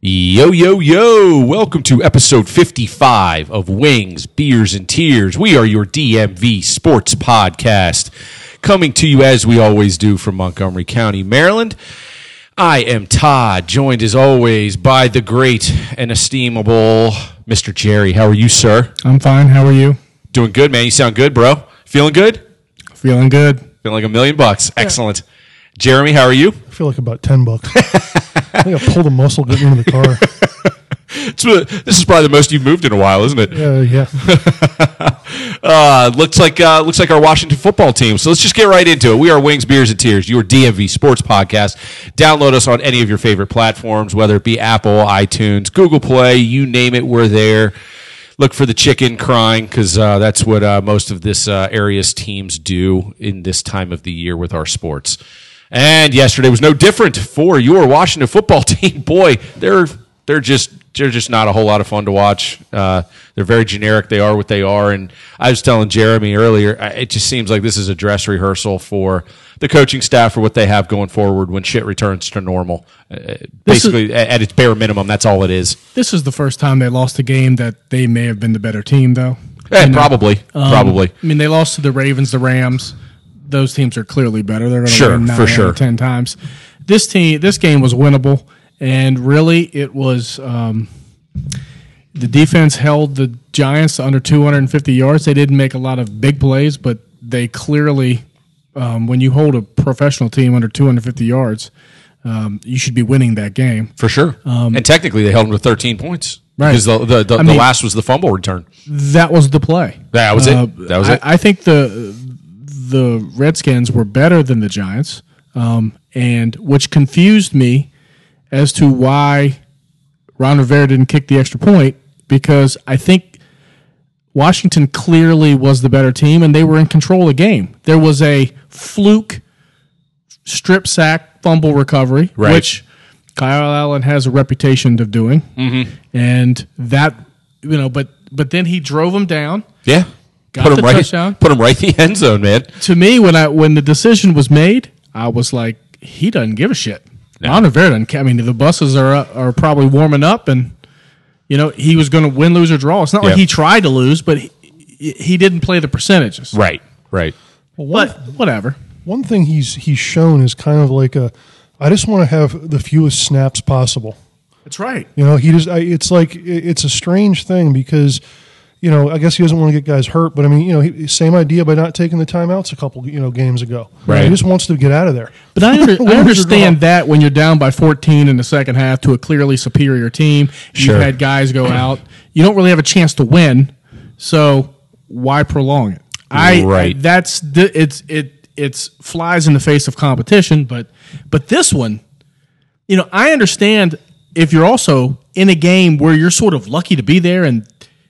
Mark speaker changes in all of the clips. Speaker 1: Yo, yo, yo. Welcome to episode 55 of Wings, Beers, and Tears. We are your DMV sports podcast, coming to you as we always do from Montgomery County, Maryland. I am Todd, joined as always by the great and estimable Mr. Jerry. How are you, sir?
Speaker 2: I'm fine. How are you?
Speaker 1: Doing good, man. You sound good, bro. Feeling good?
Speaker 2: Feeling good.
Speaker 1: Feeling like a million bucks. Excellent. Jeremy, how are you?
Speaker 3: I feel like about ten bucks. I think I pulled a muscle getting into the car.
Speaker 1: It's- This is probably the most you've moved in a while, isn't it?
Speaker 3: Uh, yeah,
Speaker 1: Uh, looks like uh, looks like our Washington football team. So let's just get right into it. We are Wings, Beers, and Tears, your DMV sports podcast. Download us on any of your favorite platforms, whether it be Apple, iTunes, Google Play, you name it, we're there. Look for the chicken crying because uh, that's what uh, most of this uh, area's teams do in this time of the year with our sports. And yesterday was no different for your Washington football team. Boy, they're they're just they're just not a whole lot of fun to watch. Uh, they're very generic. They are what they are. And I was telling Jeremy earlier, I- it just seems like this is a dress rehearsal for the coaching staff for what they have going forward when shit returns to normal. Uh,
Speaker 2: This is-
Speaker 1: basically, a- at its bare minimum, that's all it is.
Speaker 2: This is the first time they lost a game that they may have been the better team, though. Um,
Speaker 1: Eh, probably, probably.
Speaker 2: I mean, they lost to the Ravens, the Rams. Those teams are clearly better. They're going to
Speaker 1: Sure,
Speaker 2: win nine
Speaker 1: for
Speaker 2: out of
Speaker 1: sure.
Speaker 2: ten times. This team, this game was winnable, and really, it was. Um, the defense held the Giants to under 250 yards. They didn't make a lot of big plays, but they clearly, um, when you hold a professional team under 250 yards, um, you should be winning that game.
Speaker 1: For sure. and technically, they held him to 13 points.
Speaker 2: um, Right.
Speaker 1: Because the, the, the,
Speaker 2: I
Speaker 1: the
Speaker 2: mean-
Speaker 1: last was the fumble return.
Speaker 2: that was the play.
Speaker 1: That was it. That was
Speaker 2: Uh, I,
Speaker 1: it.
Speaker 2: I think the the Redskins were better than the Giants, um, and which confused me as to why Ron Rivera didn't kick the extra point because I think Washington clearly was the better team and they were in control of the game. There was a fluke strip sack fumble recovery,
Speaker 1: Right.
Speaker 2: which Kyle Allen has a reputation of doing,
Speaker 1: Mm-hmm.
Speaker 2: and that you know, but but then he drove him down.
Speaker 1: Yeah.
Speaker 2: Got
Speaker 1: put him
Speaker 2: the
Speaker 1: right.
Speaker 2: touchdown.
Speaker 1: Put him right in the end zone, man.
Speaker 2: To me, when I when the decision was made, I was like, he doesn't give a shit. Ron Rivera doesn't. ca- I mean, the buses are up, are probably warming up, and you know he was going to win, lose, or draw. It's not
Speaker 1: Yeah.
Speaker 2: like he tried to lose, but he, he didn't play the percentages.
Speaker 1: Right. Right.
Speaker 2: But whatever.
Speaker 3: one thing he's he's shown is kind of like a. I just want to have the fewest snaps possible.
Speaker 2: That's right.
Speaker 3: You know, he just. I, it's like i- it's a strange thing because, you know, I guess he doesn't want to get guys hurt, but I mean, you know, he, same idea by not taking the timeouts a couple you know games ago.
Speaker 1: Right.
Speaker 3: He just wants to get out of there.
Speaker 2: But I, under, I
Speaker 3: Lose or
Speaker 2: understand
Speaker 3: draw.
Speaker 2: that when you're down by 14 in the second half to a clearly superior team,
Speaker 1: Sure.
Speaker 2: you've had guys go out. You don't really have a chance to win, so why prolong it? I
Speaker 1: Right.
Speaker 2: That's the, it's it it's flies in the face of competition, but but this one, you know, I understand if you're also in a game where you're sort of lucky to be there, and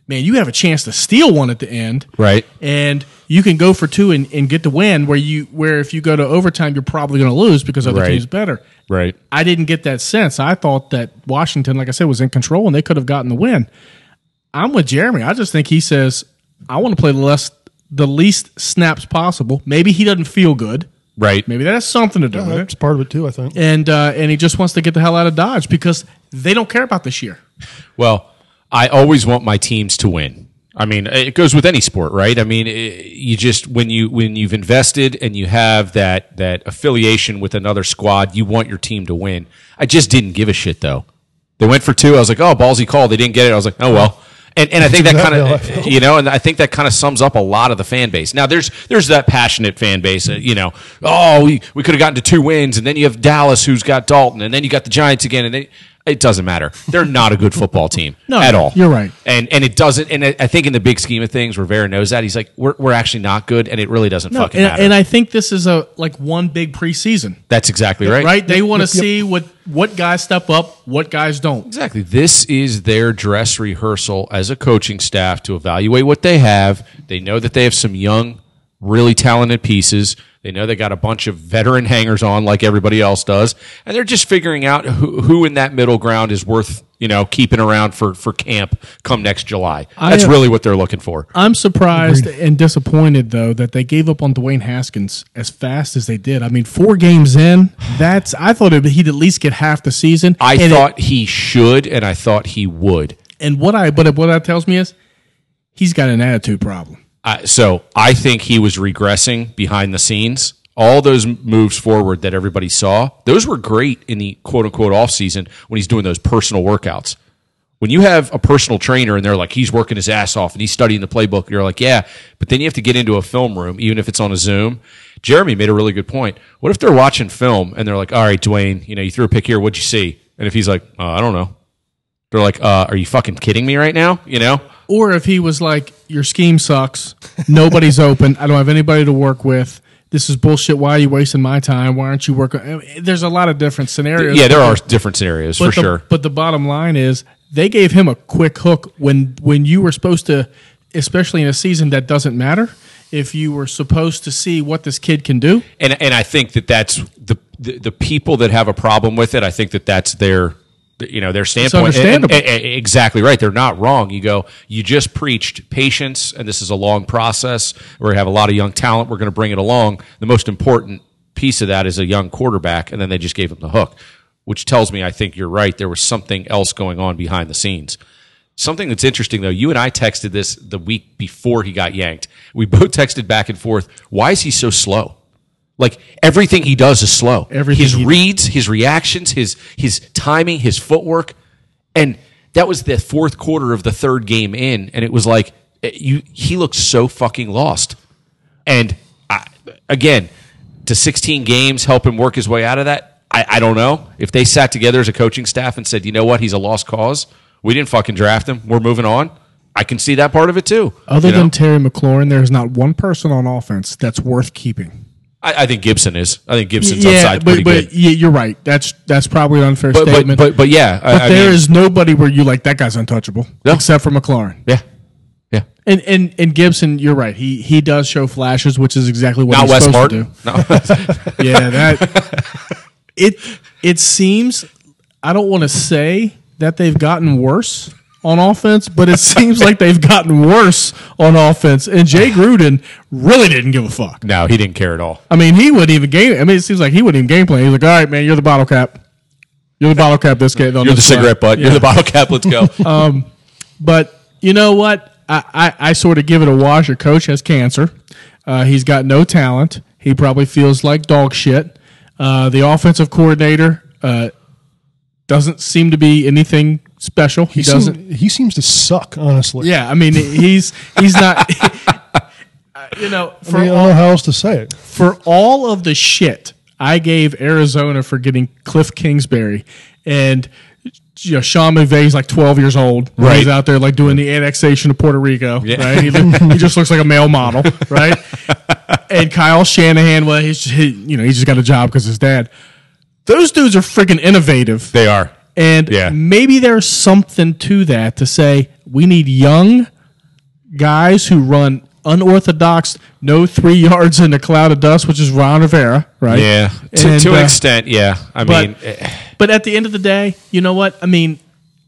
Speaker 2: man, you have a chance to steal one at the end,
Speaker 1: Right.
Speaker 2: and you can go for two and, and get the win where you where if you go to overtime you're probably going to lose because other
Speaker 1: Right.
Speaker 2: team's better
Speaker 1: Right.
Speaker 2: i didn't get that sense i thought that washington like i said was in control and they could have gotten the win i'm with jeremy i just think he says i want to play the less the least snaps possible maybe he doesn't feel good
Speaker 1: Right.
Speaker 2: maybe that has something to do with
Speaker 3: That's
Speaker 2: it
Speaker 3: part of it too. I think.
Speaker 2: and uh, and he just wants to get the hell out of dodge because they don't care about this year
Speaker 1: Well, I always want my teams to win. I mean, it goes with any sport, right? I mean, it, you just when you when you've invested and you have that that affiliation with another squad, you want your team to win. I just didn't give a shit though. They went for two. I was like, oh, ballsy call. They didn't get it. I was like, oh well. And, and I think that kind
Speaker 3: Exactly how I
Speaker 1: of
Speaker 3: felt.
Speaker 1: you know, and I think that kind of sums up a lot of the fan base. Now there's there's that passionate fan base, uh, you know, oh we, we could have gotten to two wins, and then you have Dallas who's got Dalton, and then you got the Giants again, and they, it doesn't matter. They're not a good football team
Speaker 2: No,
Speaker 1: at all.
Speaker 2: you're right.
Speaker 1: and and it doesn't. And I I think in the big scheme of things, Rivera knows that he's like we're we're actually not good, and it really doesn't fucking
Speaker 2: and,
Speaker 1: matter.
Speaker 2: and i think this is a like one big preseason
Speaker 1: That's exactly right.
Speaker 2: right? They want to
Speaker 3: yep.
Speaker 2: see what what guys step up, what guys don't.
Speaker 1: Exactly. This is their dress rehearsal as a coaching staff to evaluate what they have. They know that they have some young, really talented pieces. They know they got a bunch of veteran hangers on like everybody else does. And they're just figuring out who, who in that middle ground is worth, you know, keeping around for for camp come next July.
Speaker 2: I,
Speaker 1: That's
Speaker 2: uh,
Speaker 1: really what they're looking for.
Speaker 2: I'm surprised and disappointed though that they gave up on Dwayne Haskins as fast as they did. I mean, four games in, that's I thought it, he'd at least get half the season.
Speaker 1: I
Speaker 2: And it-
Speaker 1: thought he should, and I thought he would.
Speaker 2: and what I but what that tells me is he's got an attitude problem.
Speaker 1: I so I think he was regressing behind the scenes. All those moves forward that everybody saw, those were great in the quote unquote off season when he's doing those personal workouts. When you have a personal trainer and they're like, he's working his ass off and he's studying the playbook, you're like, yeah, but then you have to get into a film room, even if it's on a Zoom. Jeremy made a really good point. What if they're watching film and they're like, all right, Dwayne, you know, you threw a pick here, what'd you see? And if he's like, uh, I don't know, they're like, uh, are you fucking kidding me right now? You know?
Speaker 2: Or if he was like, "Your scheme sucks. Nobody's open. I don't have anybody to work with. This is bullshit. Why are you wasting my time? Why aren't you working?" I mean, There's a lot of different scenarios.
Speaker 1: Yeah, there are different scenarios for
Speaker 2: but the,
Speaker 1: sure.
Speaker 2: But the bottom line is they gave him a quick hook when when you were supposed to, especially in a season that doesn't matter. If you were supposed to see what this kid can do,
Speaker 1: and and I think that that's the, the the people that have a problem with it. I think that that's their you know their standpoint. And- and-
Speaker 2: understandable.
Speaker 1: and- and exactly right. They're not wrong. You go. You just preached patience, and this is a long process. We have a lot of young talent. We're going to bring it along. The most important piece of that is a young quarterback, and then they just gave him the hook, which tells me I think you're right. There was something else going on behind the scenes. Something that's interesting though, you and I texted this the week before he got yanked. We both texted back and forth. Why is he so slow? Like everything he does is slow.
Speaker 2: Everything
Speaker 1: his
Speaker 2: he-
Speaker 1: reads, his reactions, his his timing, his footwork, and that was the fourth quarter of the third game in, and it was like eh, you he looked so fucking lost. And I, again, to 16 games, help him work his way out of that. I, I don't know if they sat together as a coaching staff and said, you know what, he's a lost cause. We didn't fucking draft him. We're moving on. I can see that part of it too.
Speaker 2: other
Speaker 1: you know?
Speaker 2: than Terry McLaurin, there is not one person on offense that's worth keeping.
Speaker 1: I, I think Gibson is. I think Gibson's upside pretty
Speaker 2: but,
Speaker 1: good.
Speaker 2: but yeah, you're right. That's that's probably an unfair
Speaker 1: but, but
Speaker 2: statement.
Speaker 1: but but yeah, I-
Speaker 2: But
Speaker 1: I
Speaker 2: there
Speaker 1: mean,
Speaker 2: is nobody where you like that guy's untouchable
Speaker 1: No.
Speaker 2: except for McLaurin.
Speaker 1: yeah, yeah.
Speaker 2: And, and and Gibson, you're right. He he does show flashes, which is exactly what
Speaker 1: Not
Speaker 2: he's
Speaker 1: Wes
Speaker 2: supposed to
Speaker 1: Martin.
Speaker 2: do.
Speaker 1: No.
Speaker 2: Yeah, that it it seems I don't want to say that they've gotten worse on offense, but it seems like they've gotten worse on offense. And Jay Gruden really didn't give a fuck.
Speaker 1: no, he didn't care at all.
Speaker 2: I mean, he wouldn't even game. I mean, it seems like he wouldn't even game plan. He's like, "All right, man, you're the bottle cap. You're the bottle cap. This game.
Speaker 1: You're the cigarette butt. You're the bottle cap. Let's go.
Speaker 2: But you know what? I, I, I sort of give it a wash. Your coach has cancer. Uh, he's got no talent. He probably feels like dog shit. Uh, the offensive coordinator uh, doesn't seem to be anything special. He,
Speaker 3: He, seem-
Speaker 2: doesn't.
Speaker 3: he seems to suck, honestly.
Speaker 2: yeah, I mean, he's he's not. Uh, you know, for
Speaker 3: I, mean, I don't know how else to say it.
Speaker 2: for all of the shit I gave Arizona for getting Cliff Kingsbury and you know, Sean McVay's like 12 years old. when
Speaker 1: Right.
Speaker 2: He's out there like doing the annexation of Puerto Rico. Right. He, look- he just looks like a male model. Right. and Kyle Shanahan, well, he's, he, you know, he just got a job because his dad. Those dudes are freaking innovative.
Speaker 1: they are.
Speaker 2: And
Speaker 1: Yeah.
Speaker 2: maybe there's something to that to say we need young guys who run unorthodox, no three yards in a cloud of dust, which is Ron Rivera, right?
Speaker 1: Yeah, to,
Speaker 2: And,
Speaker 1: to an
Speaker 2: uh,
Speaker 1: extent. Yeah, I
Speaker 2: but-
Speaker 1: mean, eh,
Speaker 2: But at the end of the day, you know what? I mean,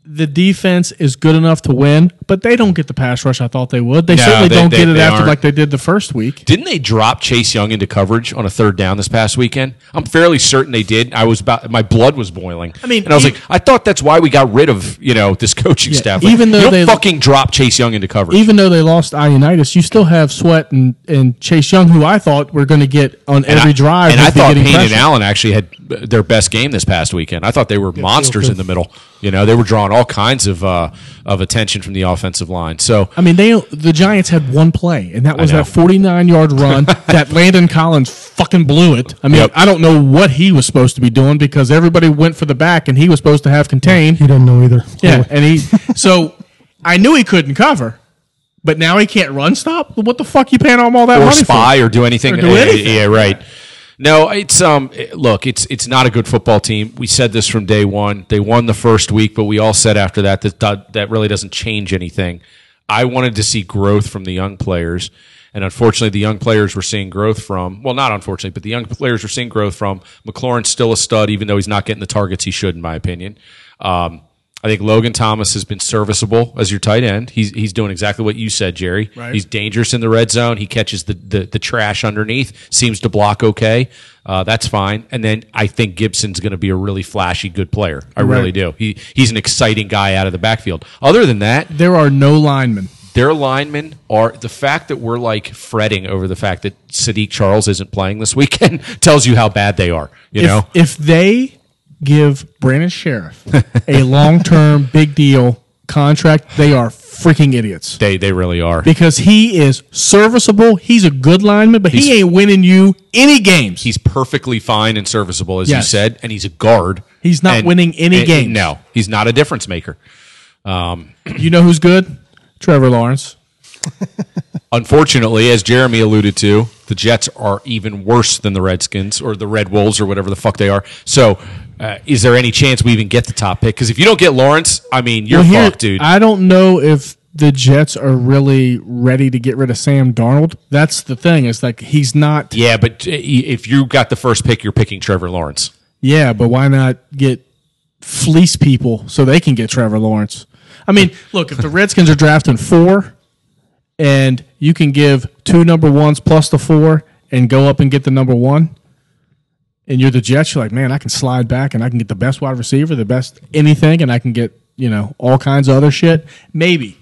Speaker 2: the defense is good enough to win, but they don't get the pass rush I thought they would. They
Speaker 1: No,
Speaker 2: certainly
Speaker 1: they-
Speaker 2: don't
Speaker 1: they-
Speaker 2: get it
Speaker 1: they
Speaker 2: after
Speaker 1: aren't.
Speaker 2: like they did the first week.
Speaker 1: Didn't they drop Chase Young into coverage on a third down this past weekend? I'm fairly certain they did. I was about my blood was boiling. I
Speaker 2: mean,
Speaker 1: and I was
Speaker 2: e-
Speaker 1: like, I thought that's why we got rid of you know this coaching staff. Like,
Speaker 2: even though
Speaker 1: you don't
Speaker 2: they-
Speaker 1: fucking drop Chase Young into coverage,
Speaker 2: Even though they lost Ionitis, you still have Sweat and, and Chase Young, who I thought were going to get on
Speaker 1: And
Speaker 2: every
Speaker 1: I-
Speaker 2: drive.
Speaker 1: And
Speaker 2: would
Speaker 1: I
Speaker 2: be
Speaker 1: thought
Speaker 2: getting
Speaker 1: Payne and
Speaker 2: pressure.
Speaker 1: Allen actually had uh, their best game this past weekend. I thought they were monsters in the middle. You know, they were drawing all kinds of uh, of attention from the offensive line. So
Speaker 2: I mean, they the Giants had one play, and that was
Speaker 1: know.
Speaker 2: that 49 yard run that Landon Collins fucking blew it. I mean,
Speaker 1: Yep.
Speaker 2: I don't know what he was supposed to be doing because everybody went for the back, and he was supposed to have contained.
Speaker 3: He doesn't know either.
Speaker 2: Yeah, and he so I knew he couldn't cover, but now he can't run stop. What the fuck you paying him all that
Speaker 1: or
Speaker 2: money
Speaker 1: spy or do anything.
Speaker 2: Or do
Speaker 1: Yeah,
Speaker 2: anything.
Speaker 1: Yeah, right. No, it's um. Look, it's it's not a good football team. We said this from day one. They won the first week, but we all said after that that that, that really doesn't change anything. I wanted to see growth from the young players, and unfortunately, the young players we're seeing growth from. Well, not unfortunately, but the young players we're seeing growth from. McLaurin's still a stud, even though he's not getting the targets he should, in my opinion. Um, I think Logan Thomas has been serviceable as your tight end. He's he's doing exactly what you said, Jerry.
Speaker 2: Right.
Speaker 1: He's dangerous in the red zone. He catches the the, the trash underneath. Seems to block okay. Uh, that's fine. And then I think Gibson's going to be a really flashy, good player. I really
Speaker 2: Right.
Speaker 1: do. He he's an exciting guy out of the backfield. Other than that,
Speaker 2: There are no linemen.
Speaker 1: their linemen are the fact that we're like fretting over the fact that Sadiq Charles isn't playing this weekend tells you how bad they are. You
Speaker 2: if,
Speaker 1: know,
Speaker 2: if they give Brandon Sheriff a long term big deal contract, they are freaking idiots.
Speaker 1: they they really are.
Speaker 2: Because he is serviceable. He's a good lineman, but he ain't winning you any games.
Speaker 1: He's perfectly fine and serviceable, as you
Speaker 2: Yes.
Speaker 1: said, and he's a guard.
Speaker 2: He's not
Speaker 1: And-
Speaker 2: winning any
Speaker 1: and-
Speaker 2: games.
Speaker 1: No, he's not a difference maker.
Speaker 2: you know who's good? Trevor Lawrence.
Speaker 1: Unfortunately, as Jeremy alluded to, the Jets are even worse than the Redskins or the Red Wolves or whatever the fuck they are. So, uh, is there any chance we even get the top pick? Because if you don't get Lawrence, I mean, you're
Speaker 2: Well, here-
Speaker 1: fucked, dude.
Speaker 2: I don't know if the Jets are really ready to get rid of Sam Darnold. That's the thing. It's like he's not.
Speaker 1: yeah, but uh, i- if you got the first pick, you're picking Trevor Lawrence.
Speaker 2: Yeah, but why not get fleece people so they can get Trevor Lawrence? I mean, look, if the Redskins are drafting four and you can give two number ones plus the four and go up and get the number one, and you're the Jets, you're like, man, I can slide back and I can get the best wide receiver, the best anything, and I can get, you know, all kinds of other shit. Maybe.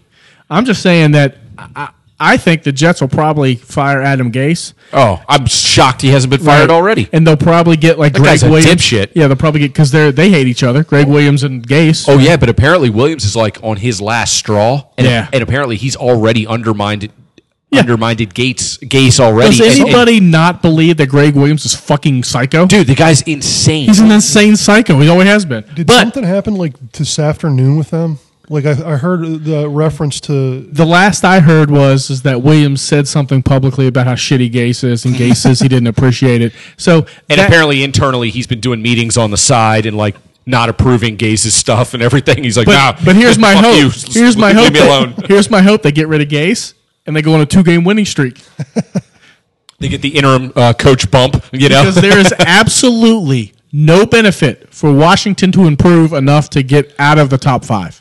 Speaker 2: I'm just saying that I, I I think the Jets will probably fire Adam Gase.
Speaker 1: Oh, I'm shocked he hasn't been fired
Speaker 2: Right.
Speaker 1: already.
Speaker 2: And they'll probably get like Greg
Speaker 1: guy's a
Speaker 2: Williams.
Speaker 1: dipshit.
Speaker 2: Yeah, they'll probably get because they they hate each other. Greg Williams and Gase.
Speaker 1: Oh yeah, but apparently Williams is like on his last straw, and,
Speaker 2: Yeah.
Speaker 1: and apparently he's already undermined, undermined Gates Gase already.
Speaker 2: Does
Speaker 1: And- and-
Speaker 2: anybody not believe that Greg Williams is fucking psycho?
Speaker 1: dude, the guy's insane.
Speaker 2: he's an insane psycho. He always has been.
Speaker 3: Did
Speaker 2: but
Speaker 3: something happen like this afternoon with them? Like I, I heard the reference to
Speaker 2: the last I heard was is that Williams said something publicly about how shitty Gase is, and Gase says he didn't appreciate it. So
Speaker 1: and
Speaker 2: that-
Speaker 1: apparently internally he's been doing meetings on the side and like not approving Gase's stuff and everything. He's like,
Speaker 2: But,
Speaker 1: nah.
Speaker 2: but here's my
Speaker 1: fuck
Speaker 2: hope.
Speaker 1: you.
Speaker 2: Here's my
Speaker 1: Leave
Speaker 2: hope.
Speaker 1: me
Speaker 2: that-
Speaker 1: alone.
Speaker 2: Here's my hope. They get rid of Gase and they go on a two game winning streak.
Speaker 1: They get the interim uh, coach bump. You know,
Speaker 2: because there is absolutely no benefit for Washington to improve enough to get out of the top five.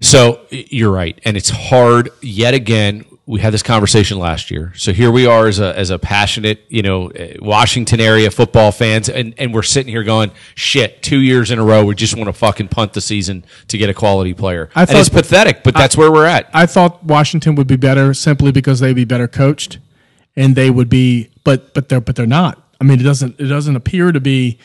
Speaker 1: So y- you're right, and it's hard yet again. We had this conversation last year, so here we are as a as a passionate, you know, eh, Washington area football fans, and and we're sitting here going, shit, two years in a row, we just want to fucking punt the season to get a quality player,
Speaker 2: I
Speaker 1: and it's
Speaker 2: thought-
Speaker 1: pathetic, but that's where we're at.
Speaker 2: I thought Washington would be better simply because they'd be better coached, and they would be, but but they're but they're not. I mean, it doesn't it doesn't appear to be.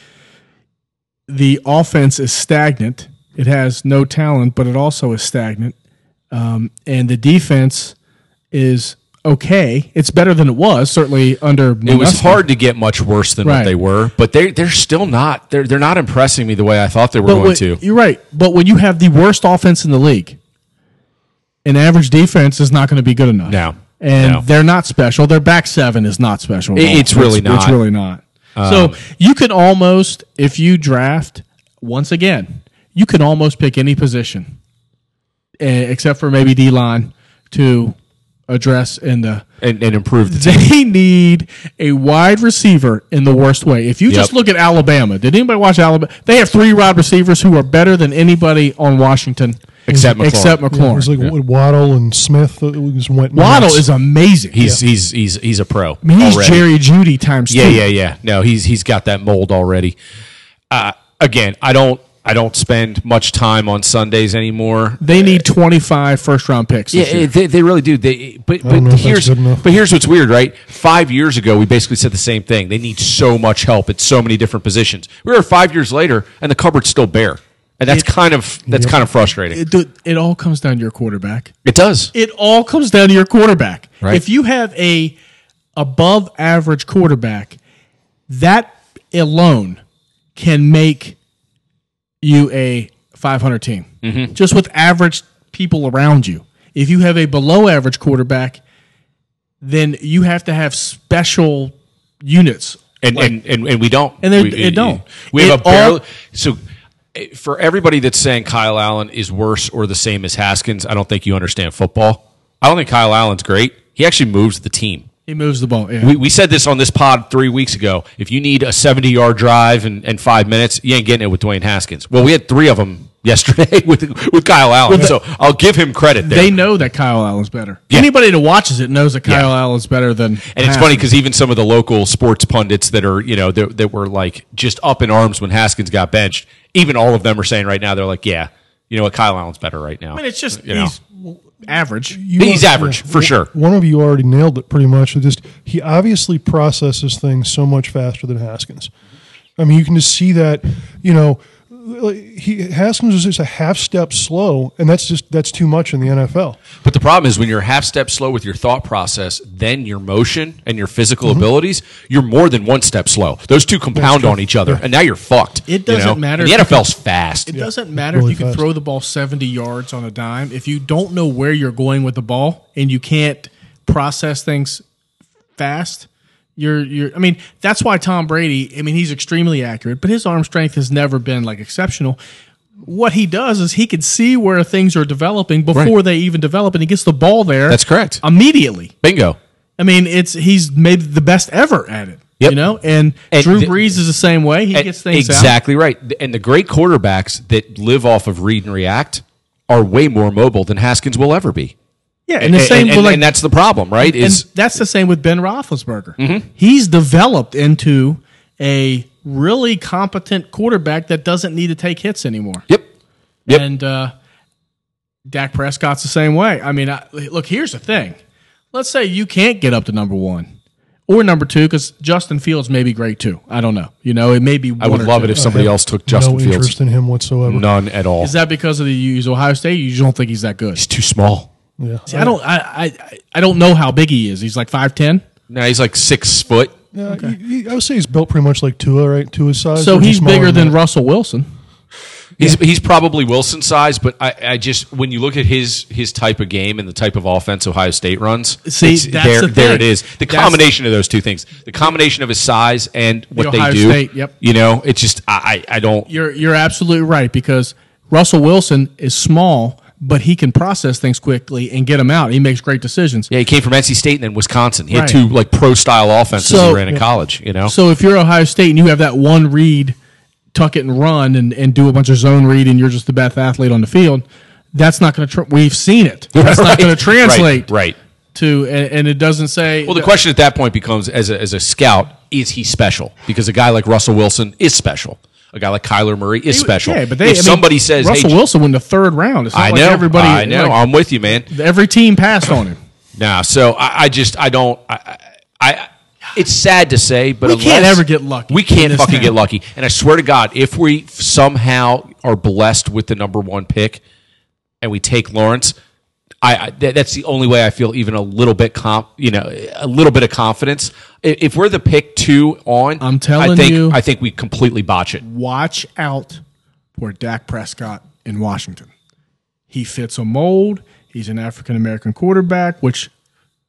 Speaker 2: The offense is stagnant. It has no talent, but it also is stagnant, um, and the defense is okay. It's better than it was certainly under.
Speaker 1: it was hard to get much worse than what
Speaker 2: Right.
Speaker 1: they were, but they they're still not they're they're not impressing me the way I thought they were going
Speaker 2: when-
Speaker 1: to.
Speaker 2: You're right. But when you have the worst offense in the league, an average defense is not going to be good enough.
Speaker 1: No.
Speaker 2: And
Speaker 1: No.
Speaker 2: they're not special. Their back seven is not special. at
Speaker 1: It-
Speaker 2: all.
Speaker 1: it's really not. Um,
Speaker 2: It's really not. so you could almost, if you draft, once again, you could almost pick any position eh, except for maybe D line to address in the
Speaker 1: And, and improve the
Speaker 2: they need a wide receiver in the worst way. If you just
Speaker 1: Yep.
Speaker 2: look at Alabama, did anybody watch Alabama? They have three wide receivers who are better than anybody on Washington
Speaker 1: Except McLaurin.
Speaker 2: Except
Speaker 3: it was
Speaker 2: McLaurin.
Speaker 3: like Waddle and Smith. It was went
Speaker 2: Waddle
Speaker 3: nuts.
Speaker 2: is amazing.
Speaker 1: He's he's he's he's a pro.
Speaker 2: I mean, he's
Speaker 1: already.
Speaker 2: Jerry Judy times
Speaker 1: Yeah,
Speaker 2: two.
Speaker 1: yeah, yeah. No, he's he's got that mold already. Uh, again, I don't I don't spend much time on Sundays anymore.
Speaker 2: They need 25 first round picks.
Speaker 1: Yeah,
Speaker 2: This year.
Speaker 1: they, they really do. They but but
Speaker 3: know if that's
Speaker 1: here's
Speaker 3: good enough.
Speaker 1: but here's what's weird, right? Five years ago, we basically said the same thing. They need so much help at so many different positions. We were five years later, and the cupboard's still bare, and that's kind of that's kind of frustrating. It,
Speaker 2: It, dude, it all comes down to your quarterback.
Speaker 1: does.
Speaker 2: It all comes down to your quarterback.
Speaker 1: Right.
Speaker 2: If you have a above average quarterback, that alone can make you a 500 team. Just with average people around you. If you have a below average quarterback, then you have to have special units.
Speaker 1: and, and, and and we don't.
Speaker 2: And they-
Speaker 1: we,
Speaker 2: they don't.
Speaker 1: We have
Speaker 2: It
Speaker 1: a barely.
Speaker 2: all-
Speaker 1: so eh, for everybody that's saying Kyle Allen is worse or the same as Haskins, I don't think you understand football. I don't think Kyle Allen's great. He actually moves the team.
Speaker 2: He moves the ball. Yeah.
Speaker 1: We, we said this on this pod three weeks ago. If you need a 70 yard drive and, and five minutes, you ain't getting it with Dwayne Haskins. Well, we had three of them yesterday with with Kyle Allen. so I'll give him credit there.
Speaker 2: They know that Kyle Allen's better.
Speaker 1: Yeah.
Speaker 2: Anybody that watches it knows that Kyle Allen's better than.
Speaker 1: And it's
Speaker 2: Haskins.
Speaker 1: funny because even some of the local sports pundits that are, you know, that, that were like just up in arms when Haskins got benched, even all of them are saying right now, they're like, yeah, you know what, Kyle Allen's better right now.
Speaker 2: I mean, it's just
Speaker 1: you know.
Speaker 2: he's average.
Speaker 3: You
Speaker 1: He's
Speaker 3: are-
Speaker 1: average, for
Speaker 3: w-
Speaker 1: sure.
Speaker 3: One of you already nailed it pretty much. It Just he obviously processes things so much faster than Haskins. I mean, you can just see that. You know, he Haskins was just a half step slow, and that's just that's too much in the NFL.
Speaker 1: But the problem is when you're a half step slow with your thought process, then your motion and your physical
Speaker 2: Mm-hmm.
Speaker 1: abilities, you're more than one step slow. Those two compound on each other, and now you're fucked.
Speaker 2: It
Speaker 1: you know?
Speaker 2: doesn't matter
Speaker 1: The
Speaker 2: if you can-
Speaker 1: NFL's fast.
Speaker 2: It doesn't matter
Speaker 3: really
Speaker 2: if you can
Speaker 3: fast.
Speaker 2: throw the ball 70 yards on a dime. If you don't know where you're going with the ball and you can't process things fast, you're you're I mean, that's why Tom Brady, I mean, he's extremely accurate, but his arm strength has never been like exceptional. What he does is he can see where things are developing before
Speaker 1: Right.
Speaker 2: they even develop and he gets the ball there.
Speaker 1: That's correct.
Speaker 2: Immediately.
Speaker 1: Bingo.
Speaker 2: I mean, it's he's made the best ever at it.
Speaker 1: Yep.
Speaker 2: You know, and,
Speaker 1: And
Speaker 2: Drew
Speaker 1: the-
Speaker 2: Brees is the same way. He
Speaker 1: And-
Speaker 2: gets things out.
Speaker 1: exactly right. And the great quarterbacks that live off of read and react are way more mobile than Haskins will ever be.
Speaker 2: Yeah, and the same
Speaker 1: and,
Speaker 2: with like
Speaker 1: and that's the problem, right?
Speaker 2: and
Speaker 1: Is Mm-hmm.
Speaker 2: that's the same with Ben Roethlisberger. He's developed into a really competent quarterback that doesn't need to take hits anymore.
Speaker 1: yep, Yep.
Speaker 2: And uh, Dak Prescott's the same way. I mean, I, look, here's the thing. Let's say you can't get up to number one or number two because Justin Fields may be great too. I don't know. You know, it may be.
Speaker 1: I would love it if somebody else took Justin
Speaker 3: no
Speaker 1: Fields.
Speaker 3: interest in him whatsoever.
Speaker 1: None at all.
Speaker 2: Is that because of the he's Ohio State? You just don't think he's that good.
Speaker 1: He's too small.
Speaker 3: Yeah,
Speaker 2: See, I don't. I, I I don't know how big he is. He's like five ten.
Speaker 1: Now he's like six foot.
Speaker 3: Yeah, you- you- I would say he's built pretty much like Tua, right? Tua's size.
Speaker 2: So
Speaker 3: or just
Speaker 2: he's
Speaker 3: smaller
Speaker 2: bigger than
Speaker 3: that.
Speaker 2: Russell Wilson.
Speaker 1: He's he's probably Wilson size, but I, I just when you look at his his type of game and the type of offense Ohio State runs,
Speaker 2: See,
Speaker 1: it's-
Speaker 2: that's
Speaker 1: there
Speaker 2: the
Speaker 1: there it
Speaker 2: thing.
Speaker 1: is. The
Speaker 2: That's-
Speaker 1: combination of those two things, the combination of his size and what
Speaker 2: Ohio
Speaker 1: they do.
Speaker 2: State, yep.
Speaker 1: You know, it's just I I, I don't.
Speaker 2: You're you're absolutely right because Russell Wilson is small, but he can process things quickly and get them out. He makes great decisions.
Speaker 1: Yeah, he came from NC State and then Wisconsin. He
Speaker 2: Right.
Speaker 1: had two like pro style offenses
Speaker 2: So-
Speaker 1: he ran in college. You know,
Speaker 2: So if you're Ohio State and you have that one read, tuck it and run, and, and do a bunch of zone read, and you're just the best athlete on the field, that's not going to. Tra- we've seen it. That's not
Speaker 1: Right,
Speaker 2: going to
Speaker 1: Right.
Speaker 2: translate
Speaker 1: right.
Speaker 2: to. And, and it doesn't say.
Speaker 1: Well, the question at that point becomes as a, as a scout, is he special? Because a guy like Russell Wilson is special. A guy like Kyler Murray is special.
Speaker 2: Yeah, but they,
Speaker 1: if
Speaker 2: I mean,
Speaker 1: somebody says,
Speaker 2: Russell
Speaker 1: hey,
Speaker 2: Wilson went the third round. It's not
Speaker 1: I
Speaker 2: like
Speaker 1: know,
Speaker 2: everybody.
Speaker 1: I know,
Speaker 2: like,
Speaker 1: I'm with you, man.
Speaker 2: every team passed on him.
Speaker 1: Nah, so I, I just, I don't, I, I, I- it's sad to say, but
Speaker 2: We can't
Speaker 1: unless-
Speaker 2: ever get lucky
Speaker 1: We
Speaker 2: in
Speaker 1: can't
Speaker 2: this
Speaker 1: fucking
Speaker 2: town.
Speaker 1: get lucky. And I swear to God, if we somehow are blessed with the number one pick and we take Lawrence, I, I that, that's the only way I feel even a little bit comp, you know, a little bit of confidence. I- If we're the pick two on,
Speaker 2: I'm telling
Speaker 1: I think,
Speaker 2: you-
Speaker 1: I think we completely botch it.
Speaker 2: watch out for Dak Prescott in Washington. He fits a mold. He's an African American quarterback, which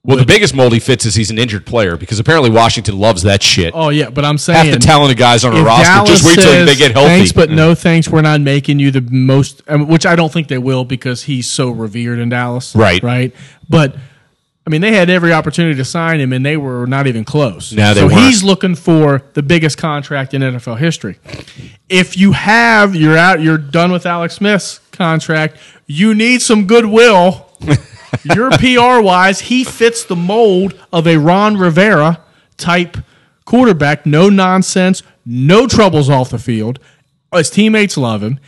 Speaker 1: Well, the biggest mold he fits is he's an injured player because apparently Washington loves that shit.
Speaker 2: oh yeah, but I'm saying
Speaker 1: Half the talented guys on a
Speaker 2: if
Speaker 1: roster just wait till
Speaker 2: says,
Speaker 1: they get healthy. Mm.
Speaker 2: Thanks, but no thanks. We're not making you the most, I mean, which I don't think they will because he's so revered in Dallas.
Speaker 1: Right.
Speaker 2: right. But I mean, they had every opportunity to sign him, and they were not even close.
Speaker 1: No, they
Speaker 2: so
Speaker 1: weren't.
Speaker 2: he's looking for the biggest contract in NFL history. If you have, you're out. You're done with Alex Smith's contract. You need some goodwill. Your PR wise, he fits the mold of a Ron Rivera type quarterback. No nonsense, no troubles off the field. His teammates love him.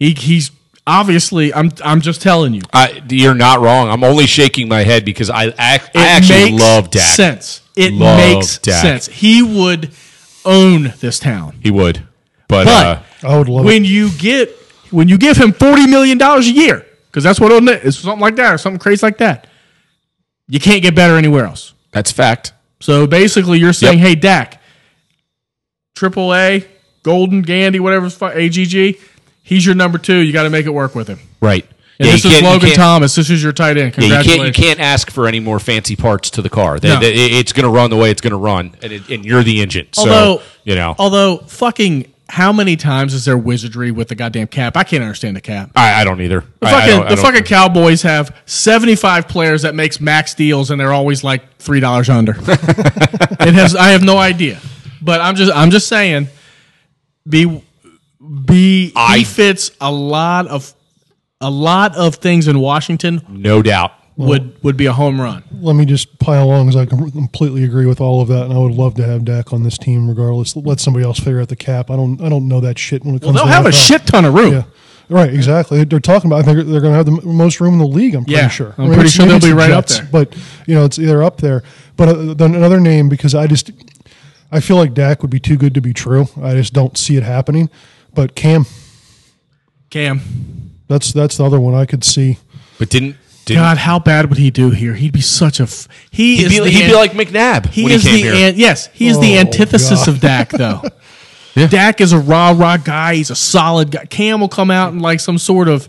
Speaker 2: He, he's obviously. I'm. I'm just telling you.
Speaker 1: I, you're not wrong. I'm only shaking my head because I ac- I
Speaker 2: It
Speaker 1: actually
Speaker 2: makes
Speaker 1: love Dak.
Speaker 2: Sense. It
Speaker 1: Love
Speaker 2: makes
Speaker 1: Dak.
Speaker 2: sense. He would own this town.
Speaker 1: He would, but, uh,
Speaker 2: But
Speaker 3: I would love it.
Speaker 2: when you get when you give him forty million dollars a year, because that's what it'll net, it's something like that or something crazy like that. You can't get better anywhere else.
Speaker 1: that's fact.
Speaker 2: So basically, you're saying, hey, Dak, Triple A, Golden Gandy, whatever's fu- AGG, he's your number two. You got to make it work with him.
Speaker 1: Right.
Speaker 2: And this
Speaker 1: you
Speaker 2: is
Speaker 1: can't- you
Speaker 2: Logan
Speaker 1: can't-
Speaker 2: Thomas. This is your tight end.
Speaker 1: Yeah, you
Speaker 2: Congratulations.
Speaker 1: can't you can't ask for any more fancy parts to the car. They,
Speaker 2: No.
Speaker 1: they- it- it's going to run the way it's going to run, and, it, and you're the engine. So
Speaker 2: although
Speaker 1: you know,
Speaker 2: although fucking how many times is there wizardry with the goddamn cap? I can't understand the cap.
Speaker 1: I, I don't either.
Speaker 2: The
Speaker 1: I- I
Speaker 2: fucking,
Speaker 1: don't- I
Speaker 2: the
Speaker 1: don't-
Speaker 2: fucking Cowboys have 75 players that makes max deals and they're always like $3 under. it has I have no idea. But I'm just I'm just saying be be
Speaker 1: I-
Speaker 2: he fits a lot of a lot of things in Washington
Speaker 1: No doubt.
Speaker 2: would would be a home run.
Speaker 3: Let me just pile on because I com- completely agree with all of that, and I would love to have Dak on this team regardless. Let somebody else figure out the cap. I don't. I don't know that shit when it
Speaker 2: Well,
Speaker 3: comes.
Speaker 2: they'll
Speaker 3: to
Speaker 2: have
Speaker 3: the
Speaker 2: a
Speaker 3: NFL.
Speaker 2: shit ton of room.
Speaker 3: Yeah. Right, exactly. They're talking about. I think they're going to have the m- most room in the league. I'm pretty
Speaker 2: Yeah,
Speaker 3: sure.
Speaker 2: I'm pretty
Speaker 3: it's-
Speaker 2: sure
Speaker 3: maybe
Speaker 2: they'll
Speaker 3: it's
Speaker 2: be
Speaker 3: the
Speaker 2: right up
Speaker 3: Jets,
Speaker 2: there.
Speaker 3: But you know, it's they're up there. But uh, then another name because I just, I feel like Dak would be too good to be true. I just don't see it happening. But Cam,
Speaker 2: Cam,
Speaker 3: that's that's the other one I could see.
Speaker 1: But didn't didn't
Speaker 2: God, how bad would he do here? He'd be such a f- he
Speaker 1: he'd
Speaker 2: is
Speaker 1: be,
Speaker 2: the
Speaker 1: he'd be
Speaker 2: an-
Speaker 1: like McNabb
Speaker 2: he
Speaker 1: when
Speaker 2: is
Speaker 1: he came
Speaker 2: the
Speaker 1: here.
Speaker 2: an- yes he is the
Speaker 3: Oh,
Speaker 2: antithesis of Dak though. Dak is a rah rah guy. He's a solid guy. Cam will come out in like some sort of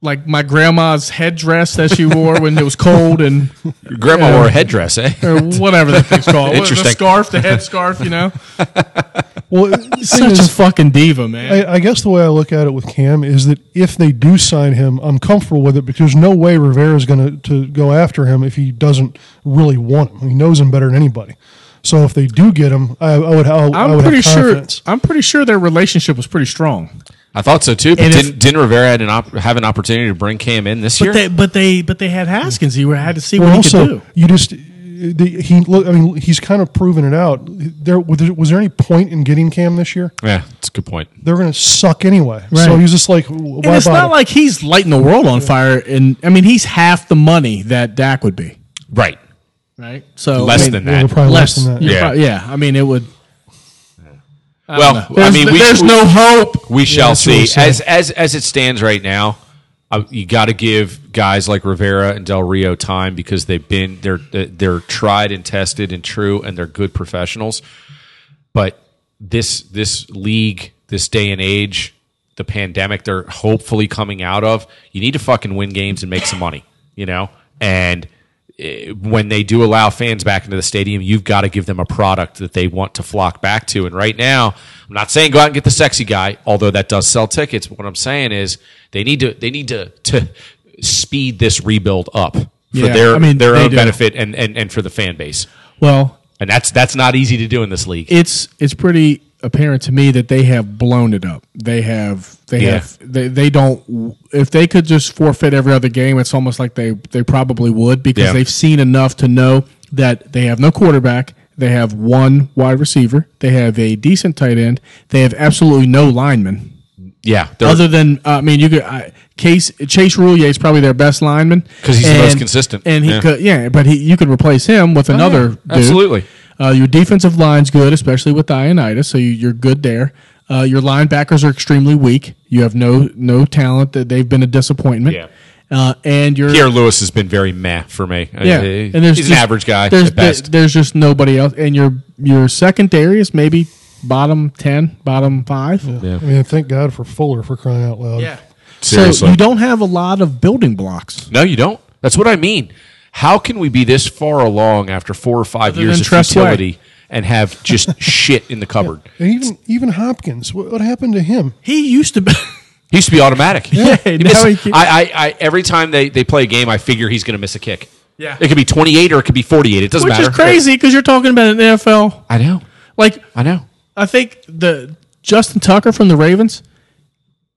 Speaker 2: like my grandma's headdress that she wore when it was cold and
Speaker 1: Grandma wore a headdress, eh?
Speaker 2: or whatever that thing's called. What-
Speaker 1: Interesting.
Speaker 2: The scarf, the head scarf, you know.
Speaker 3: Well, the thing
Speaker 2: Such a
Speaker 3: is,
Speaker 2: fucking diva, man.
Speaker 3: I, I guess the way I look at it with Cam is that if they do sign him, I'm comfortable with it because there's no way Rivera's going to go after him if he doesn't really want him. He knows him better than anybody. So if they do get him, I, I would. I, I
Speaker 2: I'm
Speaker 3: would
Speaker 2: pretty
Speaker 3: have
Speaker 2: sure.
Speaker 3: confidence.
Speaker 2: I'm pretty sure their relationship was pretty strong.
Speaker 1: I thought so too. But
Speaker 2: And if-
Speaker 1: didn't, didn't Rivera had an op- have an opportunity to bring Cam in this year?
Speaker 2: But they, but they, but they had Haskins. You had to see what
Speaker 3: Well,
Speaker 2: he
Speaker 3: also,
Speaker 2: could do.
Speaker 3: you just the, he look. I mean, he's kind of proven it out. There was, there was there any point in getting Cam this year?
Speaker 1: yeah, it's a good point.
Speaker 3: They're going to suck anyway. So
Speaker 2: Right.
Speaker 3: he's just like, why
Speaker 2: And it's
Speaker 3: bother?
Speaker 2: not like he's lighting the world on fire. And I mean, he's half the money that Dak would be.
Speaker 1: Right.
Speaker 2: Right. So
Speaker 1: Less
Speaker 2: I mean,
Speaker 1: than
Speaker 3: Yeah,
Speaker 1: that.
Speaker 3: they're probably
Speaker 2: less.
Speaker 3: less than that.
Speaker 2: You're
Speaker 1: Yeah.
Speaker 2: prob- yeah. I mean, it would.
Speaker 1: well, I
Speaker 2: There's-
Speaker 1: mean, we,
Speaker 2: there's
Speaker 1: we-
Speaker 2: no hope.
Speaker 1: We shall
Speaker 3: that's what
Speaker 1: see.
Speaker 3: I'm saying.
Speaker 1: As as as it stands right now, uh, you got to give guys like Rivera and Del Rio time because they've been they're they're tried and tested and true, and they're good professionals. But this this league, this day and age, the pandemic they're hopefully coming out of, you need to fucking win games and make some money, you know. And eh, when they do allow fans back into the stadium, you've got to give them a product that they want to flock back to. And right now, I'm not saying go out and get the sexy guy, although that does sell tickets. But what I'm saying is they need to they need to to speed this rebuild up for
Speaker 2: Yeah,
Speaker 1: their
Speaker 2: I mean,
Speaker 1: their
Speaker 2: they
Speaker 1: own
Speaker 2: do.
Speaker 1: benefit and, and and for the fan base.
Speaker 2: Well,
Speaker 1: And that's that's not easy to do in this league.
Speaker 2: it's it's pretty apparent to me that they have blown it up. They have they
Speaker 1: Yeah.
Speaker 2: have they, they don't if they could just forfeit every other game, it's almost like they they probably would because
Speaker 1: Yeah.
Speaker 2: they've seen enough to know that they have no quarterback, they have one wide receiver, they have a decent tight end, they have absolutely no linemen.
Speaker 1: yeah, they're-
Speaker 2: Other than, uh, I mean, you could uh, Case Chase Roulier is probably their best lineman
Speaker 1: 'Cause he's the
Speaker 2: And-
Speaker 1: most consistent.
Speaker 2: and he
Speaker 1: Yeah. Oh,
Speaker 2: could, yeah, but he you could replace him with another. dude.
Speaker 1: absolutely.
Speaker 2: Uh, your defensive line's good, especially with Ionitis, so you, you're good there. Uh, your linebackers are extremely weak. You have no no talent. That they've been a disappointment.
Speaker 1: Yeah.
Speaker 2: Uh, and you're
Speaker 1: Pierre Lewis has been very meh for me.
Speaker 2: yeah,
Speaker 1: Uh, he's
Speaker 2: and there's
Speaker 1: an
Speaker 2: just-
Speaker 1: average guy
Speaker 2: There's
Speaker 1: at best.
Speaker 2: there- there's just nobody else, and your your secondary is maybe bottom ten, bottom five.
Speaker 3: I mean, thank God for Fuller for crying out loud.
Speaker 1: Seriously.
Speaker 2: So you don't have a lot of building blocks.
Speaker 1: no, you don't. That's what I mean. How can we be this far along after four or five
Speaker 2: Other
Speaker 1: years
Speaker 2: than
Speaker 1: of
Speaker 2: Tressway.
Speaker 1: futility and have just shit in the cupboard?
Speaker 3: And even even Hopkins, what, what happened to him?
Speaker 2: He used to be.
Speaker 1: He used to be automatic.
Speaker 2: Yeah,
Speaker 1: He
Speaker 2: now
Speaker 1: misses-
Speaker 2: he can-
Speaker 1: I, I, I, every time they, they play a game, I figure he's going to miss a kick.
Speaker 2: Yeah.
Speaker 1: It could be 28 or it could be 48. It doesn't
Speaker 2: Which
Speaker 1: matter.
Speaker 2: is crazy because you're talking about an NFL.
Speaker 1: I know.
Speaker 2: Like
Speaker 1: I know.
Speaker 2: I think the Justin Tucker from the Ravens.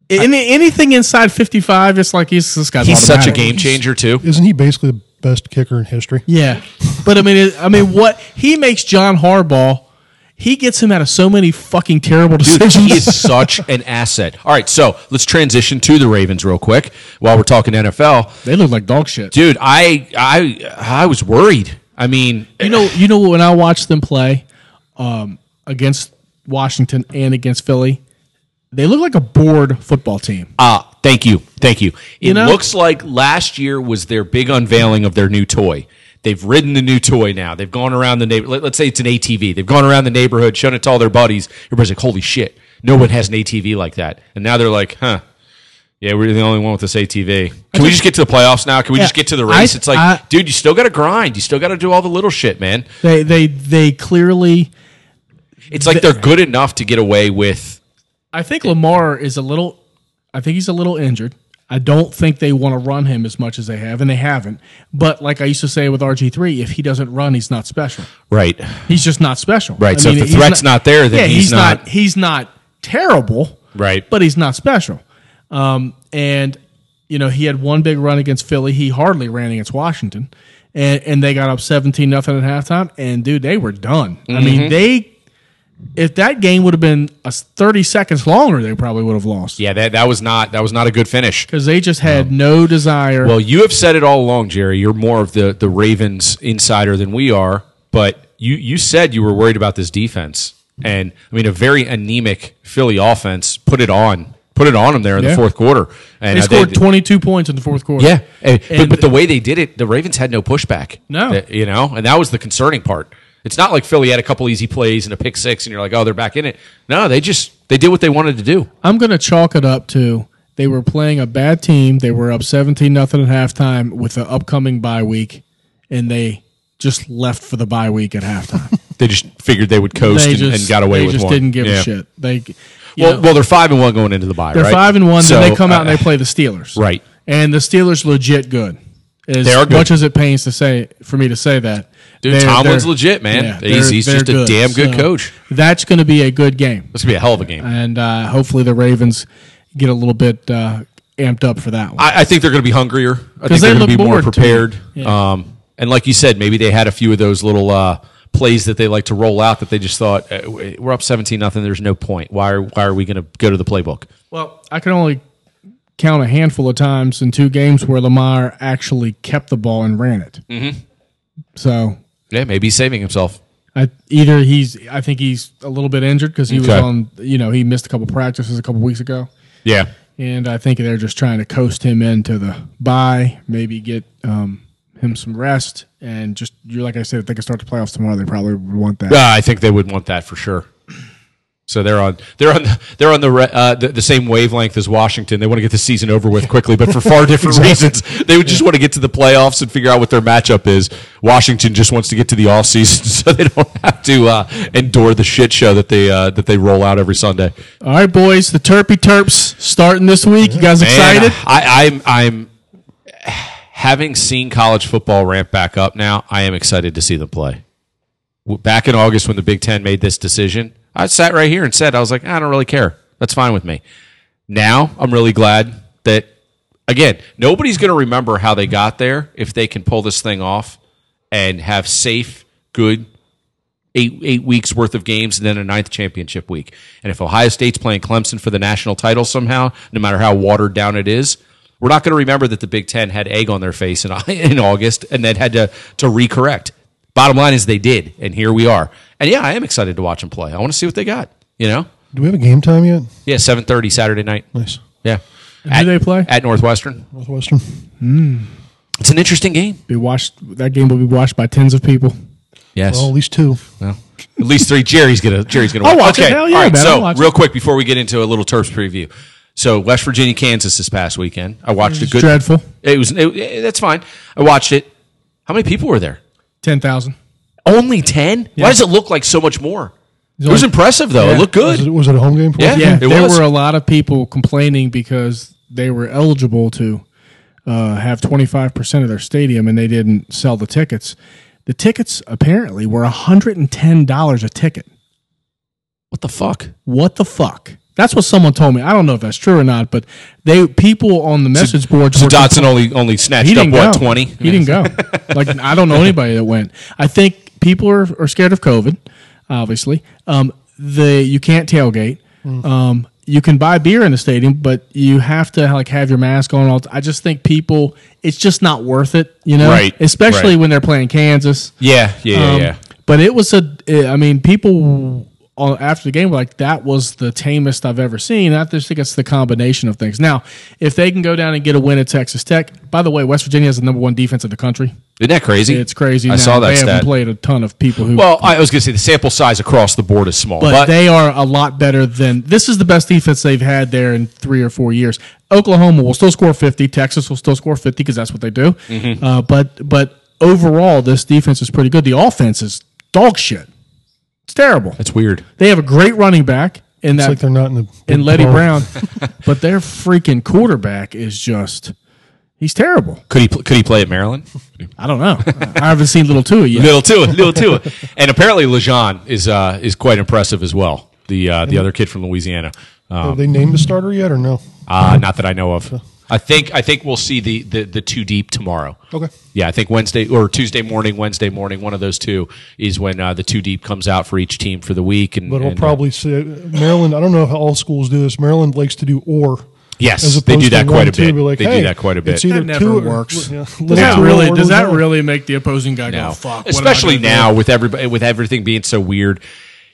Speaker 2: Any, anything inside 55, it's like he's this guy's
Speaker 1: He's such a
Speaker 2: automatic.
Speaker 1: game changer, too.
Speaker 3: Isn't he basically the best kicker in history?
Speaker 2: Yeah, but I mean, it, I mean, what he makes John Harbaugh, he gets him out of so many fucking terrible
Speaker 1: Dude,
Speaker 2: decisions.
Speaker 1: he is such an asset. All right, so let's transition to the Ravens real quick while we're talking NFL.
Speaker 2: they look like dog shit.
Speaker 1: Dude, I I I was worried. I mean,
Speaker 2: You know, you know when I watched them play um, against Washington and against Philly, they look like a bored football team.
Speaker 1: Ah, thank you, thank you. It
Speaker 2: know?
Speaker 1: looks like last year was their big unveiling of their new toy. They've ridden the new toy now. They've gone around the neighbor. Let, us say it's an ATV. They've gone around the neighborhood, shown it to all their buddies. Everybody's like, "Holy shit! No one has an ATV like that." And now they're like, "Huh? Yeah, we're the only one with this ATV. Can we just get to the playoffs now? Can we
Speaker 2: Yeah,
Speaker 1: just get to the
Speaker 2: I-
Speaker 1: race?" it's like,
Speaker 2: I-
Speaker 1: dude, you still got to grind. You still got to do all the little shit, man.
Speaker 2: They they they clearly.
Speaker 1: It's like they're good enough to get away with.
Speaker 2: I think Lamar is a little. I think he's a little injured. I don't think they want to run him as much as they have, and they haven't. But like I used to say with RG three, if he doesn't run, he's not special.
Speaker 1: Right.
Speaker 2: He's just not special.
Speaker 1: Right, so if the
Speaker 2: he's
Speaker 1: threat's not there, then
Speaker 2: yeah,
Speaker 1: he's
Speaker 2: he's not,
Speaker 1: not-
Speaker 2: He's not terrible,
Speaker 1: Right.
Speaker 2: But he's not special. Um, and you know, he had one big run against Philly. He hardly ran against Washington, and and they got up seventeen nothing at halftime. And dude, they were done. I
Speaker 1: Mm-hmm.
Speaker 2: mean, they if that game would have been a thirty seconds longer, they probably would have lost
Speaker 1: Yeah, that, that was not that was not a good finish.
Speaker 2: because they just had no desire.
Speaker 1: Well, you have said it all along, Jerry. You're more of the the Ravens insider than we are, but you you said you were worried about this defense, and I mean a very anemic Philly offense put it on put it on them there in the
Speaker 2: Yeah.
Speaker 1: fourth quarter. And
Speaker 2: they
Speaker 1: uh,
Speaker 2: scored twenty two points in the fourth quarter.
Speaker 1: Yeah, and- but,
Speaker 2: And-
Speaker 1: but the way they did it, the Ravens had no pushback.
Speaker 2: No.
Speaker 1: That- you know, and that was the concerning part. It's not like Philly had a couple easy plays and a pick six, and you're like, oh, they're back in it. No, they just they did what they wanted to do.
Speaker 2: I'm going to chalk it up to they were playing a bad team. They were up 17 nothing at halftime with the upcoming bye week, and they just left for the bye week at halftime.
Speaker 1: They just figured they would coast
Speaker 2: they
Speaker 1: and,
Speaker 2: just
Speaker 1: and got away
Speaker 2: they
Speaker 1: with
Speaker 2: just
Speaker 1: one.
Speaker 2: didn't give
Speaker 1: Yeah.
Speaker 2: a shit. They you
Speaker 1: Well,
Speaker 2: know,
Speaker 1: well, they're five and one going into the bye.
Speaker 2: they're
Speaker 1: right?
Speaker 2: five and one.
Speaker 1: So,
Speaker 2: then they come out and
Speaker 1: uh,
Speaker 2: they play the Steelers.
Speaker 1: right.
Speaker 2: and the Steelers legit good. As
Speaker 1: They are good.
Speaker 2: much as it pains to say for me to say that.
Speaker 1: Dude,
Speaker 2: They're-
Speaker 1: Tomlin's
Speaker 2: they're-
Speaker 1: legit, man. He's- he's just a damn good coach.
Speaker 2: That's going to be a good game.
Speaker 1: This could be a hell of a game.
Speaker 2: and uh, hopefully the Ravens get a little bit uh, amped up for that one.
Speaker 1: I, I think they're going to be hungrier. I think
Speaker 2: they
Speaker 1: they're going
Speaker 2: look
Speaker 1: to be more
Speaker 2: bored, too.
Speaker 1: prepared. Um, and like you said, maybe they had a few of those little uh, plays that they like to roll out that they just thought uh, we're up seventeen nothing. There's no point. Why are why are we going to go to the playbook?
Speaker 2: well, I can only count a handful of times in two games where Lamar actually kept the ball and ran it. Mm-hmm. So
Speaker 1: Yeah, maybe he's saving himself.
Speaker 2: I, either he's, I think he's a little bit injured because he
Speaker 1: Okay.
Speaker 2: was on, you know, he missed a couple practices a couple weeks ago,
Speaker 1: Yeah,
Speaker 2: and I think they're just trying to coast him into the bye, maybe get um, him some rest, and just you're like I said, if they can start the playoffs tomorrow, they probably would want that.
Speaker 1: Uh, I think they would want that for sure. So they're on they're on the, they're on the, re, uh, the the same wavelength as Washington. They want to get the season over with quickly, but for far different reasons. They would just want to get to the playoffs and figure out what their matchup is. Washington just wants to get to the off season so they don't have to uh, endure the shit show that they uh, that they roll out every Sunday.
Speaker 2: All right, boys, the Terpy Terps starting this week. You guys
Speaker 1: Man,
Speaker 2: excited?
Speaker 1: I, I'm I'm having seen college football ramp back up now. I am excited to see them play. W- Back in August, when the Big Ten made this decision, I sat right here and said, "I was like, I don't really care. That's fine with me." Now I'm really glad that again, nobody's going to remember how they got there if they can pull this thing off and have safe, good eight eight weeks worth of games and then a ninth championship week. And if Ohio State's playing Clemson for the national title somehow, no matter how watered down it is, we're not going to remember that the Big Ten had egg on their face in, in August and then had to to recorrect. Bottom line is they did, and here we are. And yeah, I am excited to watch them play. I want to see what they got. You know,
Speaker 3: Do we have a game time yet?
Speaker 1: yeah, seven thirty Saturday night.
Speaker 3: Nice.
Speaker 1: Yeah,
Speaker 2: who they play?
Speaker 1: at Northwestern?
Speaker 3: Northwestern.
Speaker 1: It's an interesting game.
Speaker 2: Be watched. That game will be watched by tens of people.
Speaker 1: Yes,
Speaker 2: Oh,
Speaker 3: Well, at least two.
Speaker 1: Well, at least three. Jerry's gonna Jerry's gonna.
Speaker 2: I'll watch it. Hell yeah,
Speaker 1: All right.
Speaker 2: man, I'll
Speaker 1: so
Speaker 2: watch
Speaker 1: real quick before we get into a little Terps preview. So West Virginia, Kansas this past weekend. I watched a good.
Speaker 2: Dreadful.
Speaker 1: It was it- it- that's fine. I watched it. How many people were there?
Speaker 2: Ten thousand.
Speaker 1: Only ten. Why does it look like so much more? It was
Speaker 2: only-
Speaker 1: impressive though. It
Speaker 2: Yeah.
Speaker 1: looked
Speaker 3: Was it,
Speaker 1: good.
Speaker 3: was it a home game for
Speaker 1: Yeah.
Speaker 3: us?
Speaker 2: Yeah,
Speaker 1: it
Speaker 2: there
Speaker 1: was.
Speaker 2: were a lot of people complaining because they were eligible to uh, have twenty five percent of their stadium, and they didn't sell the tickets. The tickets apparently were hundred and ten dollars a ticket.
Speaker 1: What the fuck?
Speaker 2: What the fuck? That's what someone told me. I don't know if that's true or not, but they people on the message boards
Speaker 1: So
Speaker 2: were
Speaker 1: Dotson only only snatched
Speaker 2: he
Speaker 1: up
Speaker 2: didn't
Speaker 1: what
Speaker 2: go.
Speaker 1: twenty.
Speaker 2: He didn't go. Like I don't know anybody that went. I think people are, are scared of COVID. Obviously, um, the you can't tailgate. Um, you can buy beer in the stadium, but you have to like have your mask on. All t- I just think people, it's just not worth it. You know,
Speaker 1: Right,
Speaker 2: Especially
Speaker 1: right.
Speaker 2: when they're playing Kansas.
Speaker 1: Yeah, yeah, yeah.
Speaker 2: Um,
Speaker 1: yeah.
Speaker 2: But it was a. I mean, people on- after the game were like, "That was the tamest I've ever seen." I just think it's the combination of things. Now, if they can go down and get a win at Texas Tech, by the way, West Virginia is the number one defense in the country.
Speaker 1: Isn't that crazy?
Speaker 2: It's crazy.
Speaker 1: I
Speaker 2: now.
Speaker 1: saw that
Speaker 2: They
Speaker 1: stat.
Speaker 2: haven't played a ton of people who.
Speaker 1: well, I was gonna say the sample size across the board is small,
Speaker 2: but,
Speaker 1: but,
Speaker 2: they are a lot better than this is the best defense they've had there in three or four years. Oklahoma will still score fifty. Texas will still score fifty because that's what they do.
Speaker 1: Mm-hmm.
Speaker 2: Uh, but but overall, this defense is pretty good. The offense is dog shit. It's terrible.
Speaker 1: it's weird.
Speaker 2: They have a great running back in
Speaker 3: It's
Speaker 2: that
Speaker 3: like they're not in the.
Speaker 2: in Letty Brown, but their freaking quarterback is just he's terrible.
Speaker 1: Could he pl- could he play at Maryland?
Speaker 2: I don't know. I haven't seen Little Tua yet.
Speaker 1: Little Tua, Little Tua, and apparently Lejean is uh, is quite impressive as well. the uh, the other kid from Louisiana.
Speaker 3: Have they named the starter yet or no?
Speaker 1: Uh, not that I know of. I think I think we'll see the the, the two deep tomorrow.
Speaker 3: Okay.
Speaker 1: Yeah, I think Wednesday or Tuesday morning, Wednesday morning, one of those two is when uh, the two deep comes out for each team for the week. And
Speaker 3: But we'll
Speaker 1: and, uh,
Speaker 3: probably see Maryland. I don't know how all schools do this. Maryland likes to do or.
Speaker 1: Yes,
Speaker 3: as
Speaker 1: they do
Speaker 3: opposed to
Speaker 1: that quite
Speaker 3: one,
Speaker 1: a
Speaker 3: two,
Speaker 1: bit.
Speaker 3: be like,
Speaker 1: They do
Speaker 3: hey,
Speaker 1: that quite a bit.
Speaker 3: It's either
Speaker 2: That never
Speaker 3: two or-
Speaker 2: works.
Speaker 3: yeah,
Speaker 2: Does that
Speaker 1: Yeah.
Speaker 3: two or
Speaker 2: really
Speaker 3: one
Speaker 2: does
Speaker 3: or
Speaker 2: that
Speaker 3: one.
Speaker 2: really make the opposing guy
Speaker 1: now,
Speaker 2: go Oh, fuck? what am I
Speaker 1: especially
Speaker 2: gonna do?"
Speaker 1: now with everybody with everything being so weird.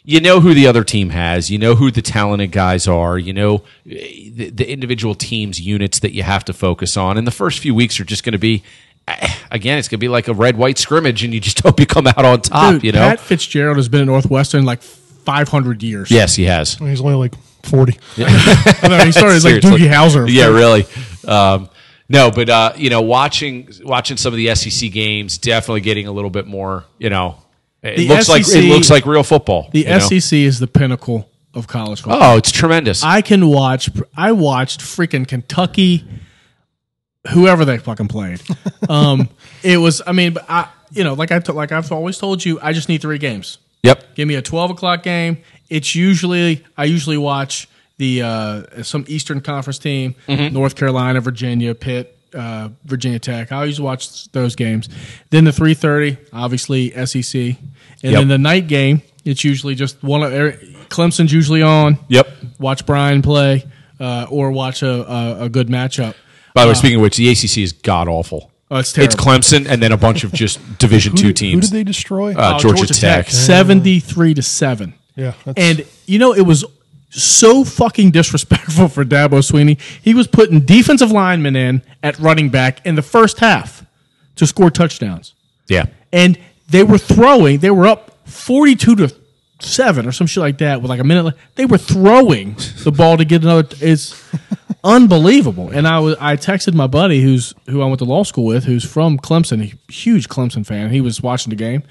Speaker 1: You know who the other team has. You know who the talented guys are. You know eh, the, the individual teams' units that you have to focus on. And the first few weeks are just going to be, eh, again, it's going to be like a red-white scrimmage, and you just hope you come out on top.
Speaker 2: Dude,
Speaker 1: you know,
Speaker 2: Pat Fitzgerald has been at Northwestern like 500 years.
Speaker 1: yes, he has.
Speaker 3: He's only like forty.
Speaker 2: I mean, he started as, like
Speaker 1: Seriously.
Speaker 2: Doogie Howser.
Speaker 1: Yeah, really. Um, no, but uh, you know, watching watching some of the SEC games, definitely getting a little bit more. You know, it
Speaker 2: The
Speaker 1: looks like
Speaker 2: SEC
Speaker 1: it looks like real football.
Speaker 2: The
Speaker 1: you know?
Speaker 2: SEC is the pinnacle of college football.
Speaker 1: Oh, it's tremendous.
Speaker 2: I can watch. I watched freaking Kentucky, whoever they fucking played. Um, it was. I mean, but I you know, like I t- like I've always told you, I just need three games.
Speaker 1: yep.
Speaker 2: Give me a twelve o'clock game. It's usually I usually watch the uh, some Eastern Conference team, North Carolina, Virginia, Pitt, uh, Virginia Tech. I always watch those games. Then the three thirty, obviously SEC, and then the night game. It's usually just one of every- Clemson's usually on.
Speaker 1: Yep.
Speaker 2: Watch Brian play, uh, or watch a, a, a good matchup.
Speaker 1: By the way, speaking of which, the ACC is god awful.
Speaker 2: Uh. Oh, it's terrible.
Speaker 1: It's Clemson and then a bunch of just Division
Speaker 3: Who
Speaker 1: two
Speaker 3: did- Who did
Speaker 1: teams.
Speaker 3: they destroy?
Speaker 1: Uh,
Speaker 2: Oh,
Speaker 1: Georgia, Tech.
Speaker 2: seventy-three to seven.
Speaker 3: yeah, that's,
Speaker 2: And you know, it was so fucking disrespectful for Dabo Sweeney. He was putting defensive linemen in at running back in the first half to score touchdowns.
Speaker 1: Yeah.
Speaker 2: And they were throwing, they were up 42 to 7 or some shit like that with like a minute left. They were throwing the ball to get another it's unbelievable. And I was I texted my buddy who's who I went to law school with who's from Clemson, a huge Clemson fan. He was watching the game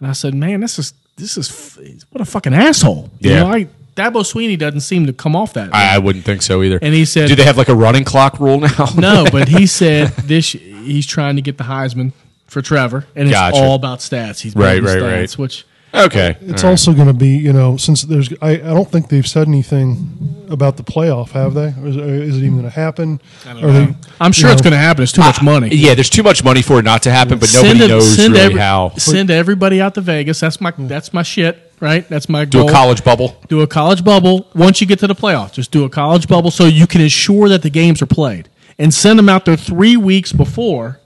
Speaker 2: and I said, "Man, this is this is f- what a fucking asshole."
Speaker 1: Yeah.
Speaker 2: You know, I, Dabo Sweeney doesn't seem to come off that.
Speaker 1: I, I wouldn't think so either.
Speaker 2: And he said-
Speaker 1: "Do they have like a running clock rule now?"
Speaker 2: No, but he said this. He's trying to get the Heisman for Trevor, and it's
Speaker 1: Gotcha.
Speaker 2: all about stats. He's
Speaker 1: Right,
Speaker 2: building
Speaker 1: right, right.
Speaker 2: stats, Which
Speaker 1: okay.
Speaker 3: it's also going to be you know since there's I, I don't think they've said anything about the playoff, have they? Or is, is it even going to happen? Are they-
Speaker 2: I'm sure
Speaker 3: you
Speaker 2: it's
Speaker 3: know,
Speaker 2: going to happen. It's too much money.
Speaker 1: Yeah, there's too much money for it not to happen, but nobody
Speaker 2: ev-
Speaker 1: knows really
Speaker 2: every-
Speaker 1: how.
Speaker 2: Send everybody out to Vegas. That's my that's my shit. Right. That's my
Speaker 1: Do
Speaker 2: goal.
Speaker 1: a college bubble.
Speaker 2: Do a college bubble. Once you get to the playoffs, just do a college bubble so you can ensure that the games are played and send them out there three weeks before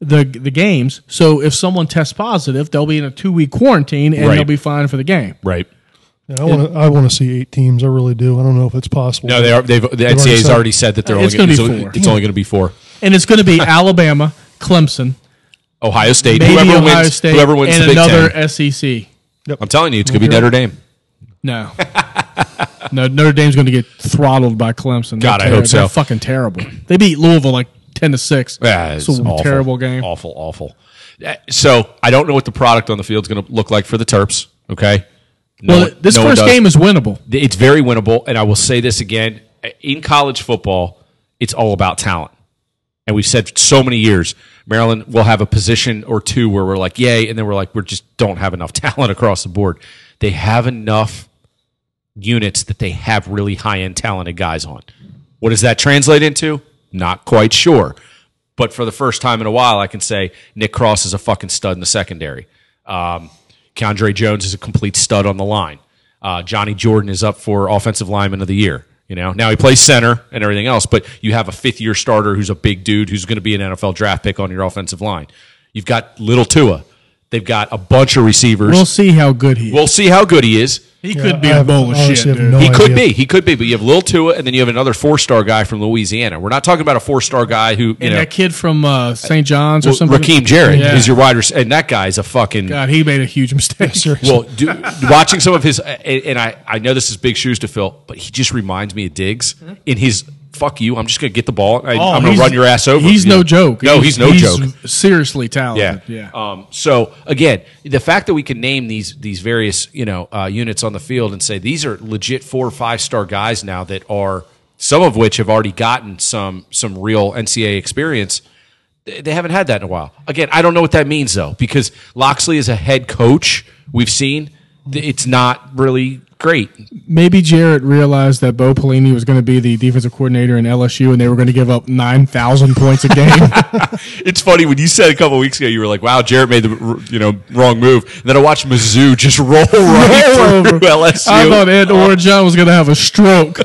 Speaker 2: the the games. So if someone tests positive, they'll be in a two week quarantine and
Speaker 1: Right.
Speaker 2: they'll be fine for the game.
Speaker 1: Right.
Speaker 3: Yeah, I want to. I want to see eight teams. I really do. I don't know if it's possible.
Speaker 1: No, they are. They've, the NCAA's
Speaker 3: said-
Speaker 1: already said that they're
Speaker 2: It's
Speaker 1: only
Speaker 2: gonna be
Speaker 1: it's only-
Speaker 2: four.
Speaker 1: It's only going to be four.
Speaker 2: And it's going to be Alabama, Clemson,
Speaker 1: Ohio State.
Speaker 2: maybe
Speaker 1: whoever
Speaker 2: Ohio
Speaker 1: wins.
Speaker 2: State,
Speaker 1: whoever wins
Speaker 2: and
Speaker 1: the Big
Speaker 2: another E
Speaker 1: Ten.
Speaker 2: SEC.
Speaker 1: I'm telling you, it's going to be Notre Dame.
Speaker 2: No. no, Notre Dame's going to get throttled by Clemson. They're
Speaker 1: God, I hope so.
Speaker 2: They're fucking terrible. They beat Louisville like 10 to 6.
Speaker 1: Yeah,
Speaker 2: it's a
Speaker 1: awful.
Speaker 2: terrible game.
Speaker 1: Awful, awful. Uh, So I don't know what the product on the field's going to look like for the Terps. Okay. No
Speaker 2: Well,
Speaker 1: one-
Speaker 2: this
Speaker 1: no one
Speaker 2: first
Speaker 1: does.
Speaker 2: game is winnable.
Speaker 1: it's very winnable. And I will say this again: uh, in college football, it's all about talent. And we've said so many years, Maryland will have a position or two where we're like, yay, and then we're like, we just don't have enough talent across the board. They have enough units that they have really high end talented guys on. What does that translate into? Not quite sure. But for the first time in a while, I can say Nick Cross is a fucking stud in the secondary. Um, Keandre Jones is a complete stud on the line. Uh, Johnny Jordan is up for offensive lineman of the year. You know, now he plays center and everything else, but you have a fifth year starter who's a big dude who's going to be an NFL draft pick on your offensive line. You've got little Tua. They've got a bunch of receivers.
Speaker 2: We'll
Speaker 1: We'll,
Speaker 2: see how good he is.
Speaker 1: see how good he is.
Speaker 2: He
Speaker 3: Yeah,
Speaker 2: could be
Speaker 3: I
Speaker 2: a
Speaker 3: have-
Speaker 2: bowl of
Speaker 3: honestly
Speaker 2: shit,
Speaker 3: have
Speaker 2: dude.
Speaker 3: no
Speaker 1: He could
Speaker 3: idea.
Speaker 1: be. He could be. But you have Lil Tua, and then you have another four star guy from Louisiana. We're not talking about a four star guy who you
Speaker 2: and
Speaker 1: know
Speaker 2: that kid from uh, St. John's or something.
Speaker 1: Raheem Jarrett
Speaker 2: Yeah.
Speaker 1: is your wide receiver, and that guy's a fucking.
Speaker 2: God, he made a huge mistake.
Speaker 1: Well, do, watching some of his, and and I, I know this is big shoes to fill, but he just reminds me of Diggs in his fuck you. I'm just going to get the ball. I,
Speaker 2: Oh,
Speaker 1: I'm going
Speaker 2: he's-
Speaker 1: to run your ass over.
Speaker 2: He's
Speaker 1: You know?
Speaker 2: no joke.
Speaker 1: No, he's no joke.
Speaker 2: Seriously talented.
Speaker 1: Yeah.
Speaker 2: Yeah.
Speaker 1: Um, so again, the fact that we can name these these various you know uh, units on the field and say these are legit four or five star guys now that are some of which have already gotten some some real NCAA experience. They they haven't had that in a while. Again, I don't know what that means though, because Loxley is a head coach. We've seen Th- it's not really Great.
Speaker 2: Maybe Jarrett realized that Bo Pelini was going to be the defensive coordinator in LSU, and they were going to give up nine thousand points a game.
Speaker 1: It's funny when you said a couple weeks ago you were like, "Wow, Jarrett made the you know wrong move." And then I watched Mizzou just roll right
Speaker 2: Roll
Speaker 1: through
Speaker 2: over.
Speaker 1: LSU.
Speaker 2: I thought Ed Orgeron was going to have a stroke.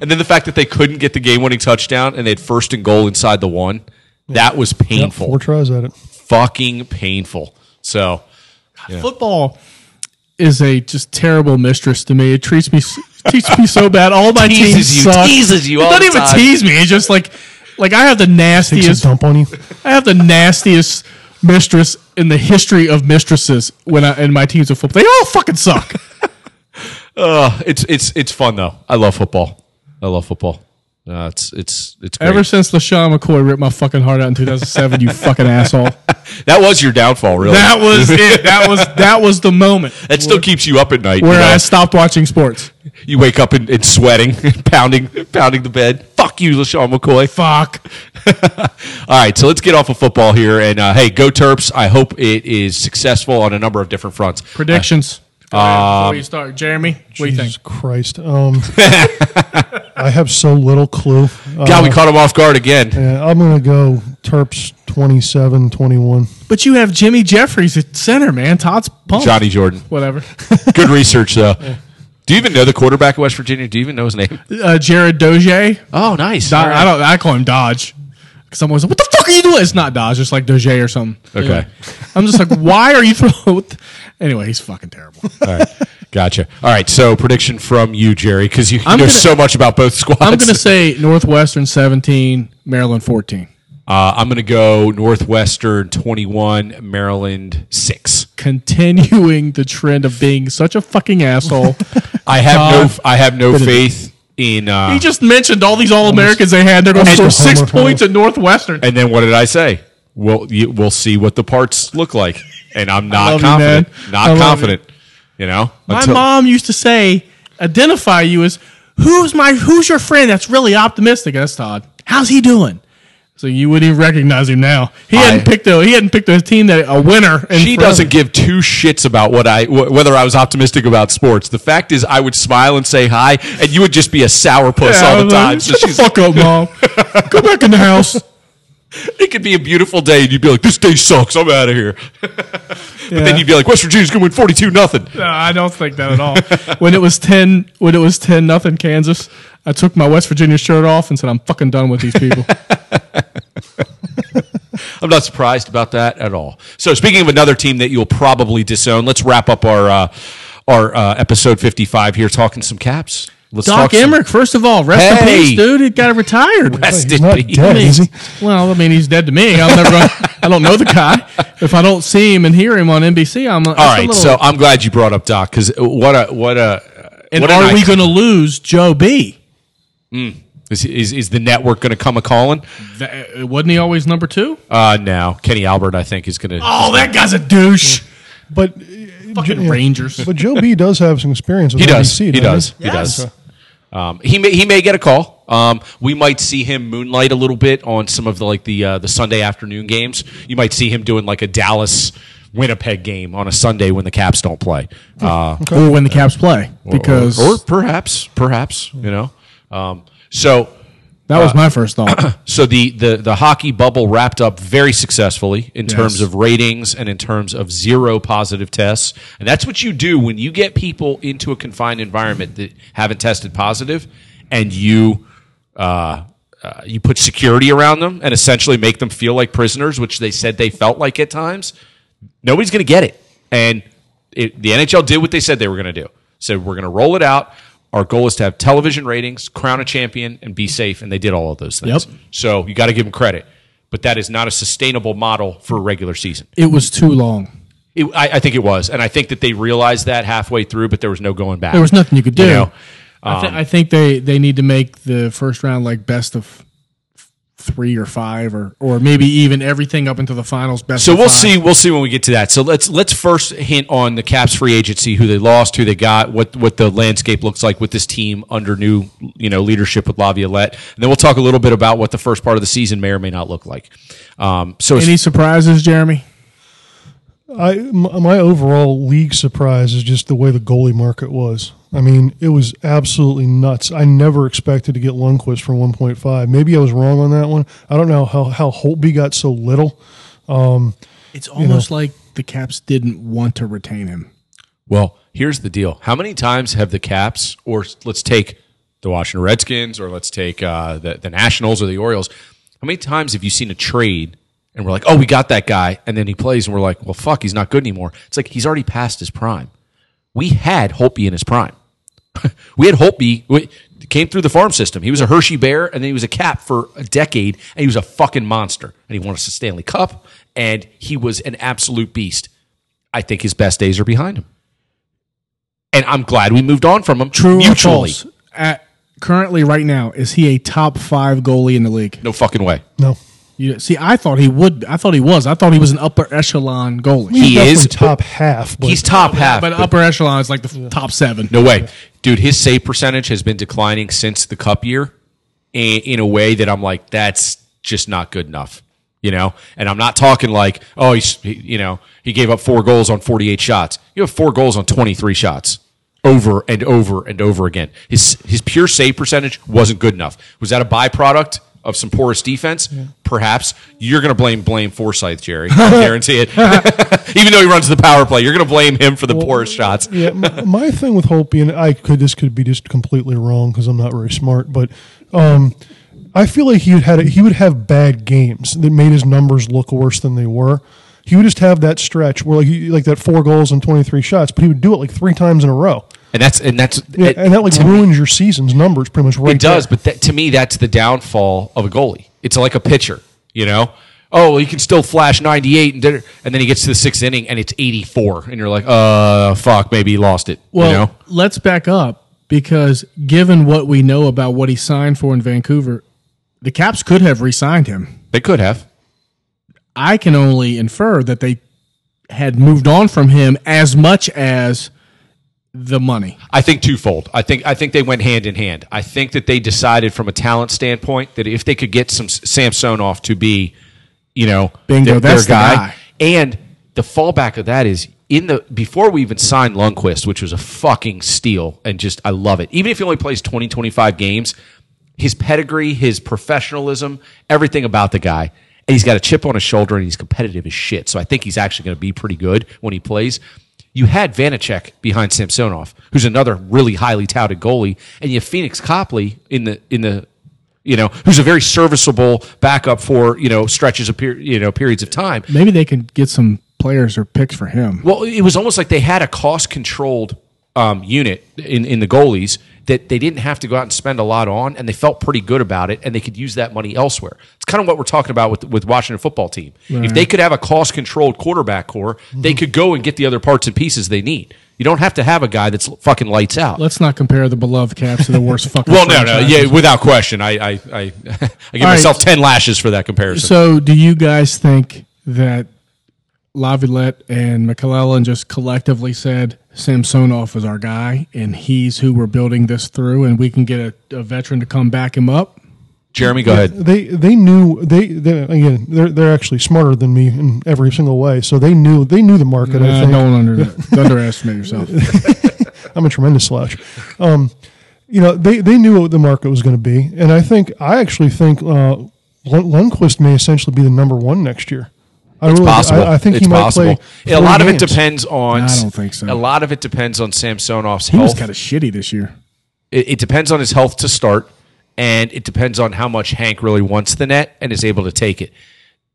Speaker 1: And then the fact that they couldn't get the game winning touchdown and they had first and goal inside the one, that was painful.
Speaker 3: Four tries at it.
Speaker 1: Fucking painful. So
Speaker 2: Football is a just terrible mistress to me. It treats me teaches me so bad. All my
Speaker 1: Teases
Speaker 2: teams
Speaker 1: you,
Speaker 2: suck.
Speaker 1: teases you
Speaker 2: It
Speaker 1: all
Speaker 2: doesn't
Speaker 1: the
Speaker 2: even
Speaker 1: time.
Speaker 2: tease me. It's just like like I have the
Speaker 3: Takes a
Speaker 2: nastiest.
Speaker 3: dump on you.
Speaker 2: I have the nastiest mistress in the history of mistresses when I in my teams of football. They all fucking suck.
Speaker 1: uh, it's it's it's fun though. I love football. I love football. Uh, it's it's it's great.
Speaker 2: Ever since LaShawn McCoy ripped my fucking heart out in 2007, you fucking asshole.
Speaker 1: that was your downfall, really.
Speaker 2: That was it. That was that was the moment
Speaker 1: that still keeps you up at night.
Speaker 2: where
Speaker 1: you, know?
Speaker 2: I stopped watching sports.
Speaker 1: You wake up and, and sweating, pounding pounding the bed. Fuck you, LaShawn McCoy.
Speaker 2: Fuck.
Speaker 1: All right, so let's get off of football here. And uh, hey, go Terps. I hope it is successful on a number of different fronts.
Speaker 2: Uh-huh. Predictions. Um, Go ahead before you start, Jeremy, what do you think?
Speaker 3: Jesus Christ. Um, I have so little clue. Uh,
Speaker 1: God, we caught him off guard again.
Speaker 3: yeah, I'm going to go Terps 27 21.
Speaker 2: But you have Jimmy Jeffries at center, man. Todd's pumped.
Speaker 1: Oh. Johnny Jordan.
Speaker 2: Whatever.
Speaker 1: Good research, though. Do you even know the quarterback of West Virginia? Do you even know his name?
Speaker 2: Uh, Jared Dozier.
Speaker 1: Oh, nice.
Speaker 2: Do-
Speaker 1: All right.
Speaker 2: I don't. I call him Dodge. Because I'm always like, what the fuck are you doing? It's not Dodge. It's like Dozier or something.
Speaker 1: Okay.
Speaker 2: I'm just like, why are you throwing? what the-" Anyway, he's fucking terrible.
Speaker 1: All right. Gotcha. All right. So prediction from you, Jerry, because you, you know
Speaker 2: I'm gonna-
Speaker 1: so much about both squads.
Speaker 2: I'm going to say Northwestern 17, Maryland 14.
Speaker 1: Uh, I'm going to go Northwestern 21, Maryland 6.
Speaker 2: Continuing the trend of being such a fucking asshole.
Speaker 1: I have
Speaker 2: God.
Speaker 1: no. I have no faith in. Uh,
Speaker 2: he just mentioned all these All Americans they had. They're going to
Speaker 3: Almost
Speaker 2: score
Speaker 3: a
Speaker 2: six
Speaker 3: homer.
Speaker 2: points at Northwestern.
Speaker 1: And then what did I say? We'll you, we'll see what the parts look like, and I'm not
Speaker 2: love you,
Speaker 1: confident.
Speaker 2: man. I
Speaker 1: not
Speaker 2: love
Speaker 1: confident. You know,
Speaker 2: My
Speaker 1: Until-
Speaker 2: mom used to say, identify you as who's my who's your friend that's really optimistic. That's Todd. How's he doing? So you wouldn't even recognize him now. He hadn't
Speaker 1: I-
Speaker 2: picked a he hadn't picked a team that a winner. In
Speaker 1: she
Speaker 2: forever.
Speaker 1: doesn't give two shits about what I wh- whether I was optimistic about sports. The fact is, I would smile and say hi, and you would just be a sourpuss
Speaker 2: Yeah, I
Speaker 1: all the
Speaker 2: was like,
Speaker 1: time. So
Speaker 2: Shut the
Speaker 1: she's,
Speaker 2: fuck up, mom. Go back in the house.
Speaker 1: it could be a beautiful day, and you'd be like, "This day sucks. I'm out of here." But then you'd be like, "West Virginia's going to win 42 nothing."
Speaker 2: No, I don't think that at all. when it was ten, when it was ten nothing Kansas, I took my West Virginia shirt off and said, "I'm fucking done with these people."
Speaker 1: I'm not surprised about that at all. So, speaking of another team that you'll probably disown, let's wrap up our uh, our uh, episode 55 here, talking some caps. Let's talk
Speaker 2: Doc
Speaker 1: some-
Speaker 2: Emmerich, first of all, rest in
Speaker 1: Hey!
Speaker 2: peace, dude. He got retired.
Speaker 1: Rest
Speaker 3: He's
Speaker 1: in
Speaker 3: not
Speaker 1: peace.
Speaker 3: dead,
Speaker 2: I mean,
Speaker 3: is he?
Speaker 2: Well, I mean, he's dead to me. I'm never. Gonna, I don't know the guy. If I don't see him and hear him on NBC, I'm.
Speaker 1: All right, so I'm glad you brought up Doc because what a what a
Speaker 2: and
Speaker 1: what an
Speaker 2: are we
Speaker 1: icon.
Speaker 2: going to lose Joe B?
Speaker 1: is, is is the network going to come a calling?
Speaker 2: That, Uh, wasn't he always number two?
Speaker 1: Uh, no, Kenny Albert, I think is going to.
Speaker 2: Oh, that guy's a douche.
Speaker 3: But, uh,
Speaker 2: Fucking
Speaker 3: yeah.
Speaker 2: Rangers.
Speaker 3: but Joe B does have some experience with
Speaker 1: He does.
Speaker 3: NBC,
Speaker 1: He
Speaker 3: doesn't
Speaker 1: does. He
Speaker 2: Yes.
Speaker 1: does. Um, he may he may get a call. Um, we might see him moonlight a little bit on some of the like the uh, the Sunday afternoon games. You might see him doing like a Dallas Winnipeg game on a Sunday when the Caps don't play. Uh,
Speaker 2: Or when the Caps play, because
Speaker 1: or, or perhaps perhaps you know. Um, so
Speaker 2: that was my first thought.
Speaker 1: so the, the the hockey bubble wrapped up very successfully in terms
Speaker 2: Yes.
Speaker 1: of ratings and in terms of zero positive tests and that's what you do when you get people into a confined environment that haven't tested positive and you uh, uh, you put security around them and essentially make them feel like prisoners which they said they felt like at times nobody's going to get it. And it, the NHL did what they said they were going to do. So we're going to roll it out. Our goal is to have television ratings, crown a champion, and be safe. And they did all of those things.
Speaker 2: Yep.
Speaker 1: So you got to give them credit. But that is not a sustainable model for a regular season.
Speaker 2: it was too long.
Speaker 1: It, I, I think it was. And I think that they realized that halfway through, but there was no going back.
Speaker 2: There was nothing you could do.
Speaker 1: You know,
Speaker 2: I, thi- I think they, they need to make the first round like best of f- three or five, or or maybe even everything up until the finals. Best.
Speaker 1: So
Speaker 2: of
Speaker 1: we'll
Speaker 2: five.
Speaker 1: see. We'll see when we get to that. So let's let's first hint on the Caps free agency, who they lost, who they got, what what the landscape looks like with this team under new you know leadership with Laviolette, and then we'll talk a little bit about what the first part of the season may or may not look like. Um, so it's-
Speaker 2: Any surprises, Jeremy?
Speaker 3: I my, my overall league surprise is just the way the goalie market was. I mean, it was absolutely nuts. I never expected to get Lundqvist for 1.5. Maybe I was wrong on that one. I don't know how how Holtby got so little.
Speaker 2: It's almost like the Caps didn't want to retain him.
Speaker 1: Well, here's the deal. How many times have the Caps, or s- let's take the Washington Redskins, or let's take uh, the, the Nationals or the Orioles, how many times have you seen a trade and we're like, oh, we got that guy, and then he plays, and we're like, well, fuck, he's not good anymore. It's like he's already past his prime. We had Holtby in his prime. we had Holtby we, came through the farm system. He was a Hershey Bear, and then he was a Cap for a decade, and he was a fucking monster. And he won us a Stanley Cup, and he was an absolute beast. I think his best days are behind him and I'm glad we moved on from him.
Speaker 2: True or
Speaker 1: mutually.
Speaker 2: false? At currently, right now, is he a top five goalie in the league?
Speaker 1: No fucking way.
Speaker 3: No,
Speaker 2: You, see, I thought he would. I thought he was. I thought he was an upper echelon goalie.
Speaker 1: He
Speaker 3: Definitely
Speaker 1: is,
Speaker 3: top half. But
Speaker 1: He's top half.
Speaker 2: But upper echelon is like the f- top seven.
Speaker 1: no way, dude. His save percentage has been declining since the Cup year, in, in a way that I'm like, that's just not good enough. You know, and I'm not talking like, oh, he's, he, you know, he gave up four goals on 48 shots. You have four goals on 23 shots over and over and over again. His his pure save percentage wasn't good enough. Was that a byproduct of some porous defense? Perhaps you're going to blame blame Forsyth, Jerry. I guarantee it. Even though he runs the power play, you're going to blame him for the porous shots.
Speaker 3: yeah, m- my thing with Holtby, and I could this could be just completely wrong because I'm not very smart, but um, I feel like he had he would have bad games that made his numbers look worse than they were. He would just have that stretch where like he, like that four goals and 23 shots, but he would do it like three times in a row,
Speaker 1: And that's and that's
Speaker 3: yeah,
Speaker 1: it,
Speaker 3: and that like
Speaker 1: to
Speaker 3: ruins your season's numbers pretty much. Right
Speaker 1: It does,
Speaker 3: there.
Speaker 1: but that, to me, that's the downfall of a goalie. It's like a pitcher, you know. Oh, well, he can still flash 98, and, da- and then he gets to the sixth inning, and it's 84, and you're like, uh, fuck, maybe he lost it.
Speaker 2: Well,
Speaker 1: you know?
Speaker 2: let's back up because given what we know about what he signed for in Vancouver, the Caps could have re-signed him.
Speaker 1: they could have.
Speaker 2: I can only infer that they had moved on from him as much as the money.
Speaker 1: I think twofold. I think I think they went hand in hand. I think that they decided from a talent standpoint that if they could get some Samsonov to be, you know,
Speaker 2: Bingo, that's the guy.
Speaker 1: And the fallback of that is in the before we even signed Lundqvist, which was a fucking steal and just I love it. Even if he only plays 20 25 games, his pedigree, his professionalism, everything about the guy. And he's got a chip on his shoulder and he's competitive as shit. So I think he's actually going to be pretty good when he plays. You had Vanacek behind Samsonov, who's another really highly touted goalie, and you have Phoenix Copley in the in the you know, who's a very serviceable backup for, you know, stretches of per- you know, periods of time.
Speaker 2: Maybe they could get some players or picks for him.
Speaker 1: Well, it was almost like they had a cost controlled um, unit in, in the goalies that they didn't have to go out and spend a lot on, and they felt pretty good about it, and they could use that money elsewhere. It's kind of what we're talking about with with Washington football team. If they could have a cost controlled quarterback core,
Speaker 2: Mm-hmm.
Speaker 1: they could go and get the other parts and pieces they need. You don't have to have a guy that's fucking lights out.
Speaker 2: Let's not compare the beloved Caps to the worst fucking.
Speaker 1: well, no, no,
Speaker 2: franchise.
Speaker 1: yeah, without question. I I I, I give
Speaker 2: right.
Speaker 1: myself ten lashes for that comparison.
Speaker 2: So, do you guys think that Laviolette and McClellan just collectively said Samsonov is our guy, and he's who we're building this through, and we can get a, a veteran to come back him up?
Speaker 1: Jeremy, go ahead.
Speaker 3: They they knew they, they again they're they're actually smarter than me in every single way, so they knew they knew the market. I
Speaker 2: Uh,
Speaker 3: think.
Speaker 2: don't under, underestimate yourself.
Speaker 3: I'm a tremendous slash. Um, you know, they, they knew what the market was going to be, and I think I actually think uh, Lund- Lundqvist may essentially be the number one next year. I
Speaker 1: It's
Speaker 3: really,
Speaker 1: possible.
Speaker 3: I, I think
Speaker 1: it's
Speaker 3: he might
Speaker 1: possible.
Speaker 3: play.
Speaker 1: a
Speaker 3: four
Speaker 1: lot of it
Speaker 3: games.
Speaker 1: depends on.
Speaker 2: I don't think so.
Speaker 1: A lot of it depends on Samsonov's
Speaker 2: He
Speaker 1: health.
Speaker 2: was kind of shitty this year.
Speaker 1: it, it depends on his health to start, and it depends on how much Hank really wants the net and is able to take it.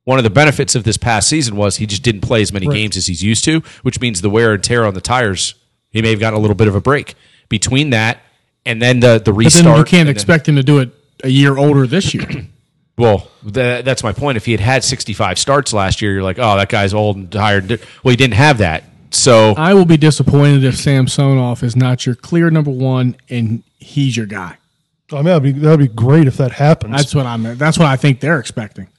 Speaker 1: One of the benefits of this past season was he just didn't play as many games as he's used to, which means the wear and tear on the tires. He may have gotten a little bit of a break between that and then the the
Speaker 2: But
Speaker 1: restart.
Speaker 2: then you can't
Speaker 1: and then-
Speaker 2: expect him to do it a year older this year.
Speaker 1: well, th- that's my point. If he had had 65 starts last year, you're like, oh, that guy's old and tired. Well, he didn't have that. So
Speaker 2: I will be disappointed if Samsonov is not your clear number one, and he's your guy.
Speaker 3: I mean, that'd be that'd be great if that happens.
Speaker 2: That's what I'm. That's what I think they're expecting.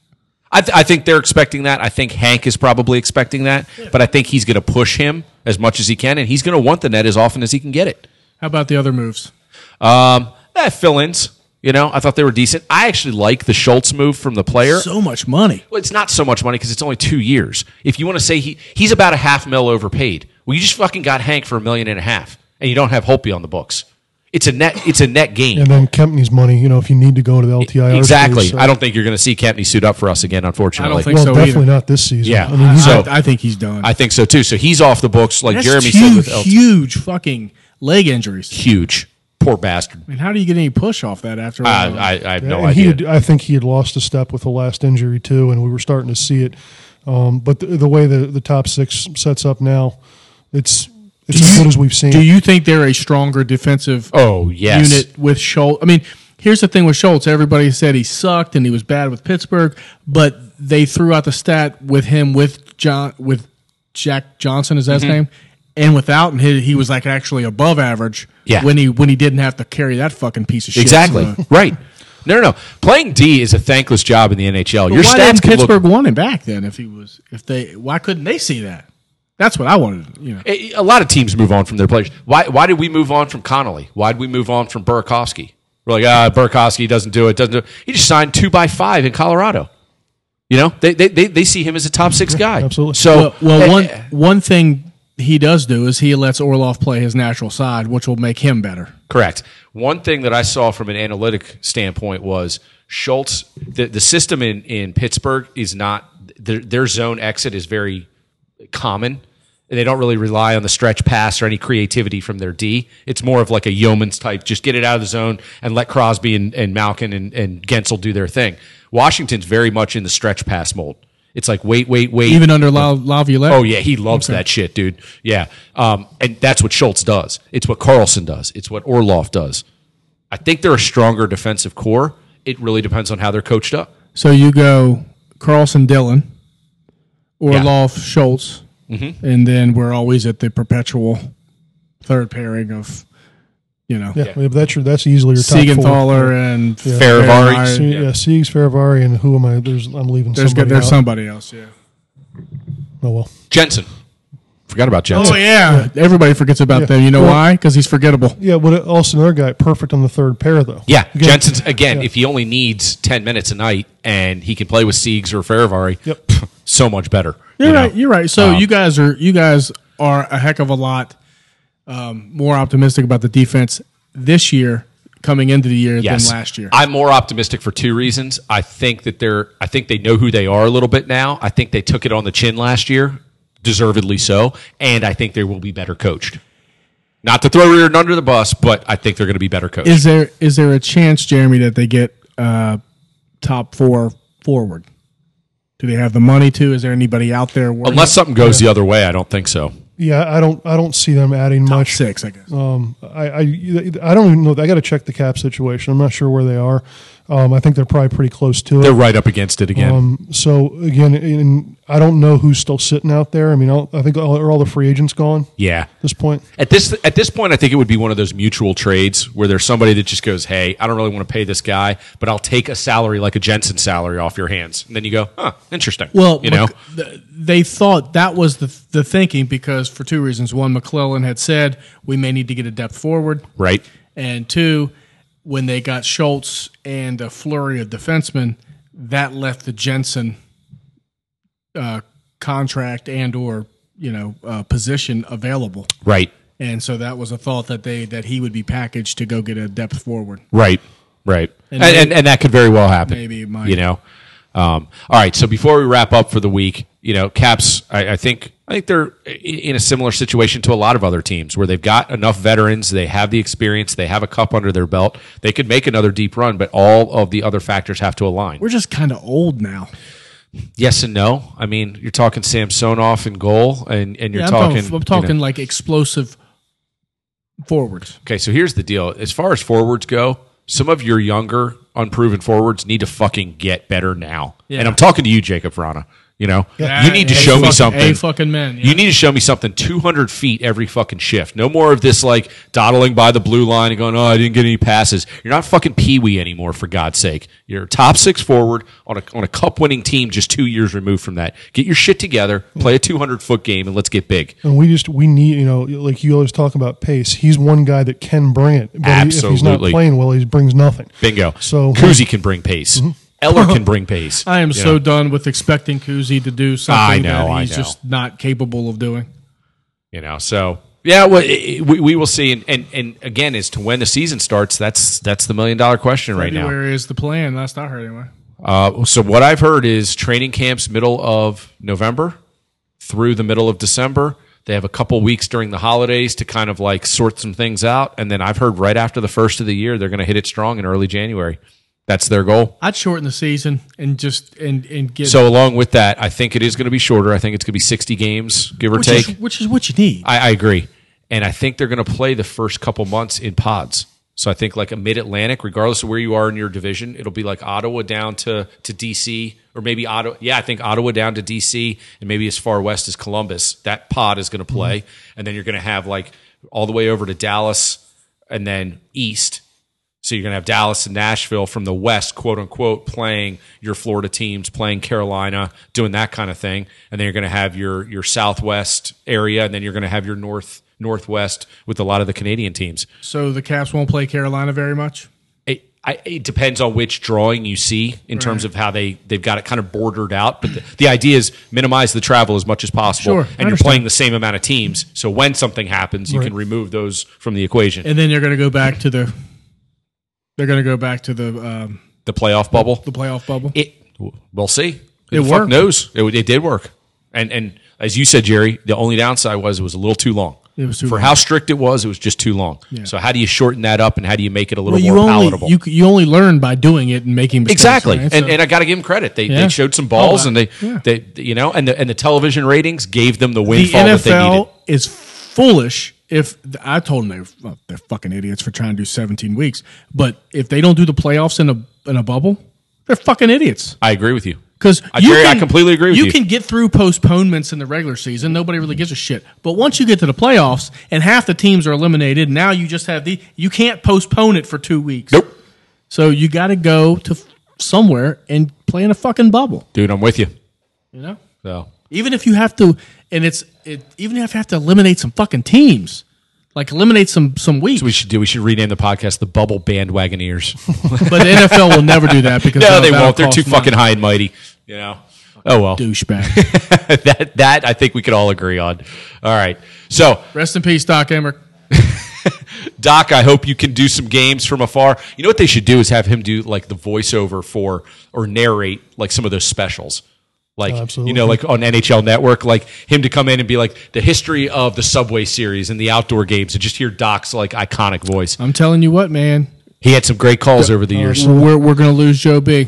Speaker 1: I, th- I think they're expecting that. I think Hank is probably expecting that, but I think he's going to push him as much as he can, and he's going to want the net as often as he can get it.
Speaker 2: How about the other moves?
Speaker 1: Um, eh, fill-ins. You know, I thought they were decent. I actually like the Schultz move from the player.
Speaker 2: So much money.
Speaker 1: Well, it's not so much money because it's only two years. If you want to say he, he's about a half mil overpaid, well, you just fucking got Hank for a million and a half, and you don't have Holpe on the books. It's a net. It's a net gain.
Speaker 3: And then Kempney's money, you know, if you need to go to the LTIR.
Speaker 1: E, exactly.
Speaker 3: space, uh,
Speaker 1: I don't think you're going to see Kempney suit up for us again. Unfortunately,
Speaker 2: think
Speaker 3: well,
Speaker 2: so
Speaker 3: definitely
Speaker 2: either.
Speaker 3: not this season.
Speaker 1: Yeah.
Speaker 3: I mean, he's-
Speaker 1: So-
Speaker 2: I, I think he's done.
Speaker 1: I think so too. So he's off the books, like
Speaker 2: That's
Speaker 1: Jeremy
Speaker 2: two
Speaker 1: said with LT.
Speaker 2: huge fucking leg injuries.
Speaker 1: Huge, poor bastard.
Speaker 2: I mean, how do you get any push off that after?
Speaker 1: I, I, I have no
Speaker 3: and
Speaker 1: idea.
Speaker 3: He had, I think he had lost a step with the last injury too, and we were starting to see it. Um, but the, the way the, the top six sets up now, it's it's as good as we've seen.
Speaker 2: do you think they're a stronger defensive
Speaker 1: oh yes.
Speaker 2: unit with Schultz? I mean, here's the thing with Schultz. Everybody said he sucked and he was bad with Pittsburgh, but they threw out the stat with him with John with Jack Johnson is that
Speaker 1: Mm-hmm.
Speaker 2: his name, and without and he, he was like actually above average
Speaker 1: Yeah.
Speaker 2: when he when he didn't have to carry that fucking piece of shit.
Speaker 1: Exactly.
Speaker 2: So- uh,
Speaker 1: Right. No, no, no. Playing D is a thankless job in the NHL.
Speaker 2: But
Speaker 1: Your
Speaker 2: why
Speaker 1: stats
Speaker 2: didn't
Speaker 1: could look
Speaker 2: Pittsburgh want him back then if he was if they why couldn't they see that? That's what I wanted. You know,
Speaker 1: a a lot of teams move on from their players. Why, why did we move on from Connolly? Why did we move on from Burakovsky? We're like, ah, Burakovsky doesn't do it. Doesn't do it. He just signed two by five in Colorado. You know, they they, they, they see him as a top six guy.
Speaker 3: absolutely.
Speaker 1: So
Speaker 2: well, well
Speaker 1: eh,
Speaker 2: one
Speaker 1: eh,
Speaker 2: one thing he does do is he lets Orlov play his natural side, which will make him better.
Speaker 1: correct. One thing that I saw from an analytic standpoint was Schultz. The, the system in in Pittsburgh is not their, their zone exit is very common. And they don't really rely on the stretch pass or any creativity from their D. It's more of like a yeoman's type. Just get it out of the zone and let Crosby and, and Malkin and, and Gensel do their thing. Washington's very much in the stretch pass mold. It's like wait, wait, wait.
Speaker 2: Even under La- Laviolette.
Speaker 1: Oh yeah, he loves that shit, dude. Yeah, um, and that's what Schultz does. It's what Carlson does. It's what Orloff does. I think they're a stronger defensive core. It really depends on how they're coached up.
Speaker 2: So you go Carlson, Dillon, Orlov, Schultz,
Speaker 1: Mm-hmm.
Speaker 2: and then we're always at the perpetual third pairing of, you know,
Speaker 3: yeah, but that's your that's easily your top four.
Speaker 2: Siegenthaler and
Speaker 1: Farivari.
Speaker 3: So, yeah. Siegs, Ferravari, and who am I? There's I'm leaving somebody
Speaker 2: There's somebody, there's
Speaker 3: out.
Speaker 2: somebody else. Yeah.
Speaker 3: Oh well,
Speaker 1: Jensen, forgot about Jensen.
Speaker 2: Oh yeah, everybody forgets about
Speaker 3: Yeah.
Speaker 2: them. You know
Speaker 3: Well-
Speaker 2: why? Because he's forgettable.
Speaker 3: yeah. But also another guy perfect on the third pair though.
Speaker 1: Yeah,
Speaker 3: Again,
Speaker 1: Jensen's again. If he only needs ten minutes a night and he can play with Siegs or Farivari,
Speaker 3: Yep.
Speaker 1: so much better.
Speaker 2: You're
Speaker 1: you know?
Speaker 2: right. You're right. So you guys are you guys are a heck of a lot um, more optimistic about the defense this year coming into the year
Speaker 1: Yes.
Speaker 2: than last year.
Speaker 1: I'm more optimistic for two reasons. I think that they're I think they know who they are a little bit now. I think they took it on the chin last year, deservedly so, and I think they will be better coached. Not to throw Reardon under the bus, but I think they're going to be better coached.
Speaker 2: Is there is there a chance, Jeremy, that they get uh, top four forward? Do they have the money to? Is there anybody out there? working-
Speaker 1: Unless something goes the other way, I don't think so.
Speaker 3: yeah. I don't I don't see them adding much.
Speaker 2: six, I guess.
Speaker 3: Um, I, I I don't even know. I got to check the cap situation. I'm not sure where they are. Um, I think they're probably pretty close to it.
Speaker 1: They're right up against it again.
Speaker 3: Um, so again, and I don't know who's still sitting out there. I mean, all, I think all, are all the free agents gone at
Speaker 1: yeah.
Speaker 3: this point.
Speaker 1: At this at this point, I think it would be one of those mutual trades where there's somebody that just goes, "Hey, I don't really want to pay this guy, but I'll take a salary like a Jensen salary off your hands." And then you go, "Huh, interesting."
Speaker 2: Well,
Speaker 1: you know,
Speaker 2: Mc- th- they thought that was the the thinking because for two reasons: one, McClellan had said we may need to get a depth forward,
Speaker 1: right?
Speaker 2: and two, when they got Schultz and a flurry of defensemen, that left the Jensen uh, contract and or you know uh, position available.
Speaker 1: Right.
Speaker 2: And so that was a thought that they that he would be packaged to go get a depth forward.
Speaker 1: Right. Right. And,
Speaker 2: And
Speaker 1: and,
Speaker 2: may-
Speaker 1: and, that could very well happen.
Speaker 2: Maybe it might.
Speaker 1: You know. Um, all right. So before we wrap up for the week, you know, Caps. I, I think I think they're i- in a similar situation to a lot of other teams where they've got enough veterans, they have the experience, they have a cup under their belt. They could make another deep run, but all of the other factors have to align.
Speaker 2: We're just kind of old now.
Speaker 1: yes and no. I mean, you're talking Samsonov and goal, and and you're
Speaker 2: Yeah,
Speaker 1: talking.
Speaker 2: I'm talking, I'm
Speaker 1: you know-
Speaker 2: talking like explosive forwards.
Speaker 1: Okay, so here's the deal. As far as forwards go, some of your younger, unproven forwards need to fucking get better now. And I'm talking to you, Jacob Rana. You know, you need to
Speaker 2: A
Speaker 1: show me
Speaker 2: fucking-
Speaker 1: something.
Speaker 2: A fucking man. yeah.
Speaker 1: You need to show me something 200 feet every fucking shift. No more of this like dawdling by the blue line and going, oh, I didn't get any passes. You're not fucking Pee Wee anymore, for God's sake. You're a top six forward on a, on a cup winning team just two years removed from that. Get your shit together, play a 200 foot game, and let's get big.
Speaker 3: And we just we need you know like you always talk about pace. He's one guy that can bring it, but he- if he's not
Speaker 1: Absolutely.
Speaker 3: playing well, he brings nothing.
Speaker 1: Bingo.
Speaker 3: So-
Speaker 1: Kuzi can bring pace. Eller can bring pace.
Speaker 2: I am
Speaker 1: You
Speaker 2: so
Speaker 1: know?
Speaker 2: done with expecting Kuzi to do something
Speaker 1: I know,
Speaker 2: that
Speaker 1: I
Speaker 2: he's
Speaker 1: know.
Speaker 2: just not capable of doing.
Speaker 1: you know so yeah well, it- it- we, we will see and, and and again as to when the season starts that's that's the million dollar question right now
Speaker 2: February is the plan. Last I heard, anyway.
Speaker 1: Uh, so what I've heard is training camps middle of November through the middle of December. They have a couple weeks during the holidays to kind of like sort some things out, and then I've heard right after the first of the year they're going to hit it strong in early January. That's their goal.
Speaker 2: I'd shorten the season and just and and get
Speaker 1: So along with that, I think it is going to be shorter. I think it's going to be sixty games, give or
Speaker 2: which
Speaker 1: take.
Speaker 2: is, which is what you need.
Speaker 1: I, I agree. And I think they're going to play the first couple months in pods. So I think like a mid Atlantic, regardless of where you are in your division, it'll be like Ottawa down to, to DC, or maybe Ottawa. Yeah, I think Ottawa down to DC, and maybe as far west as Columbus. That pod is going to play. And then you're going to have like all the way over to Dallas and then east. So you're going to have Dallas and Nashville from the West, quote unquote, playing your Florida teams, playing Carolina, doing that kind of thing. And then you're going to have your your Southwest area, and then you're going to have your North Northwest with a lot of the Canadian teams.
Speaker 2: so the Caps won't play Carolina very much.
Speaker 1: It, I, it depends on which drawing you see in terms of how they they've got it kind of bordered out. But the, the idea is minimize the travel as much as possible,
Speaker 2: Sure, I
Speaker 1: and you're
Speaker 2: understand.
Speaker 1: playing the same amount of teams. So when something happens, you can remove those from the equation.
Speaker 2: and then they're going to go back to the they're going to go back to the um,
Speaker 1: the playoff bubble.
Speaker 2: the playoff bubble.
Speaker 1: It we'll see. Who
Speaker 2: It
Speaker 1: the fuck
Speaker 2: worked.
Speaker 1: knows? It, it did work. And and as you said, Jerry, the only downside was it was a little too long.
Speaker 2: It was too
Speaker 1: for
Speaker 2: long.
Speaker 1: how strict it was. It was just too long. So how do you shorten that up and how do you make it a little more palatable?
Speaker 2: you you only learn by doing it and making mistakes.
Speaker 1: Exactly, and, and I got to give them credit. They,
Speaker 2: Yeah.
Speaker 1: they showed some balls,
Speaker 2: Oh,
Speaker 1: and they,
Speaker 2: yeah.
Speaker 1: they you know, and the and the television ratings gave them the
Speaker 2: the
Speaker 1: windfall that they needed.
Speaker 2: NFL is foolish. If I told them they're well, they're fucking idiots for trying to do 17 weeks, but if they don't do the playoffs in a in a bubble, they're fucking idiots.
Speaker 1: I agree with you.
Speaker 2: Because
Speaker 1: I- Jerry, I completely agree with you.
Speaker 2: can get through postponements in the regular season. Nobody really gives a shit. But once you get to the playoffs and half the teams are eliminated, now you just have the you can't postpone it for two weeks.
Speaker 1: Nope.
Speaker 2: So you got to go to f- somewhere and play in a fucking bubble.
Speaker 1: Dude, I'm with you.
Speaker 2: You know,
Speaker 1: So
Speaker 2: even if you have to, and it's it, even if you have to eliminate some fucking teams, like eliminate some some weeks.
Speaker 1: we should do. We should rename the podcast the Bubble Bandwagoneers.
Speaker 2: but the NFL will never do that because
Speaker 1: no,
Speaker 2: that'll-
Speaker 1: they
Speaker 2: that'll
Speaker 1: won't. They're
Speaker 2: cost
Speaker 1: too
Speaker 2: money.
Speaker 1: fucking high and mighty. You know. Oh well.
Speaker 2: douchebag.
Speaker 1: that that I think we could all agree on. All right. So,
Speaker 2: Rest in peace, Doc Emmerich.
Speaker 1: Doc, I hope you can do some games from afar. You know what they should do is have him do like the voiceover for or narrate like some of those specials. Like
Speaker 3: Absolutely.
Speaker 1: you know, like on NHL Network, like him to come in and be like the history of the Subway Series and the outdoor games, and just hear Doc's like iconic voice.
Speaker 2: I'm telling you what, man.
Speaker 1: He had some great calls over the years.
Speaker 2: We're, we're going to lose Joe B.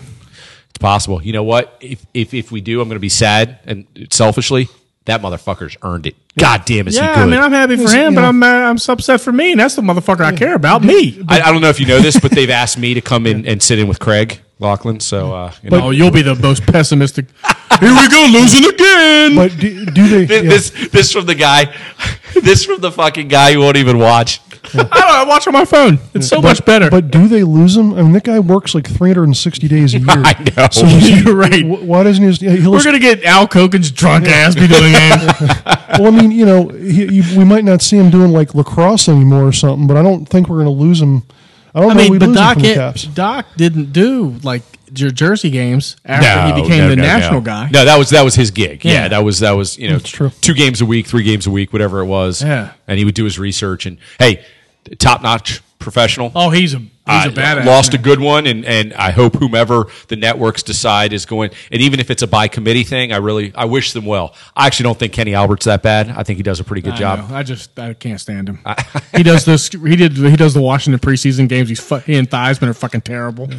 Speaker 1: It's possible. You know what? If if if we do, I'm going to be sad and selfishly. That motherfucker's earned it. God damn, is he
Speaker 2: Yeah,
Speaker 1: good?
Speaker 2: I mean, I'm happy for
Speaker 3: Listen,
Speaker 2: him,
Speaker 3: you
Speaker 2: but
Speaker 3: know-
Speaker 2: I'm uh, I'm upset for me, and that's the motherfucker I care about, me.
Speaker 1: I, I don't know if you know this, but they've asked me to come in and sit in with Craig Lachlan. So, uh, you know,
Speaker 2: oh, you'll be the most pessimistic. Here we go, losing again.
Speaker 3: But do, do they?
Speaker 1: Th-
Speaker 3: yeah.
Speaker 1: this this from the guy, this from the fucking guy who won't even watch.
Speaker 2: I don't. know, I watch on my phone. It's so much better.
Speaker 3: But do they lose him? I mean, that guy works like 360 days a year.
Speaker 1: I know.
Speaker 3: So he's-
Speaker 2: You're right.
Speaker 3: wh- Why doesn't his? He'll
Speaker 2: we're gonna get Al Koken's drunk ass be doing it.
Speaker 3: well, I mean, you know, he, you, we might not see him doing like lacrosse anymore or something, but I don't think we're going to lose him. I don't
Speaker 2: I
Speaker 3: know.
Speaker 2: mean,
Speaker 3: we
Speaker 2: but
Speaker 3: lose him
Speaker 2: Doc
Speaker 3: from the
Speaker 2: it-
Speaker 3: Caps.
Speaker 2: Doc didn't do like your Jersey games after he became the national guy.
Speaker 1: No, that was that was his gig. Yeah,
Speaker 2: Yeah.
Speaker 1: that was that was you know
Speaker 3: true.
Speaker 1: two games a week, three games a week, whatever it was.
Speaker 2: Yeah.
Speaker 1: and he would do his research and hey, top notch professional.
Speaker 2: Oh, he's a he's
Speaker 1: I
Speaker 2: a badass.
Speaker 1: Lost
Speaker 2: man.
Speaker 1: a good one, and, and I hope whomever the networks decide is going. And even if it's a by committee thing, I really I wish them well. I actually don't think Kenny Albert's that bad. I think he does a pretty good
Speaker 2: I
Speaker 1: job.
Speaker 2: know. I just I can't stand him. he does this. He did. He does the Washington preseason games. He's fu- he and Theismann are fucking terrible.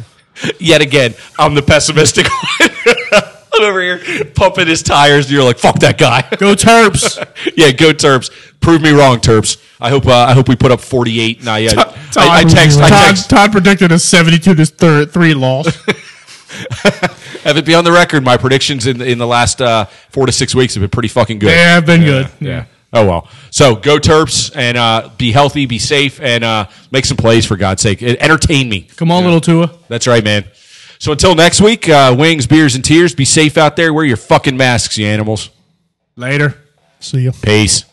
Speaker 1: Yet again, I'm the pessimistic one. I'm over here pumping his tires. And you're like, fuck that guy.
Speaker 2: Go Terps.
Speaker 1: yeah, go Terps. Prove me wrong, Terps. I hope uh, I hope we put up 48. And I, uh,
Speaker 2: Todd,
Speaker 1: I, I text I
Speaker 2: Todd,
Speaker 1: text
Speaker 2: Todd predicted a seventy-two to thir- three loss.
Speaker 1: have it be on the record. My predictions in the, in the last uh, four to six weeks have been pretty fucking good.
Speaker 2: They have been good.
Speaker 1: Yeah. Oh well. So go Terps and uh, be healthy, be safe, and uh, make some plays for God's sake. And Entertain me.
Speaker 2: Come on, little Tua.
Speaker 1: That's right, man. So until next week, uh, wings, beers, and tears. Be safe out there. Wear your fucking masks, you animals.
Speaker 2: Later.
Speaker 3: See ya.
Speaker 1: Peace.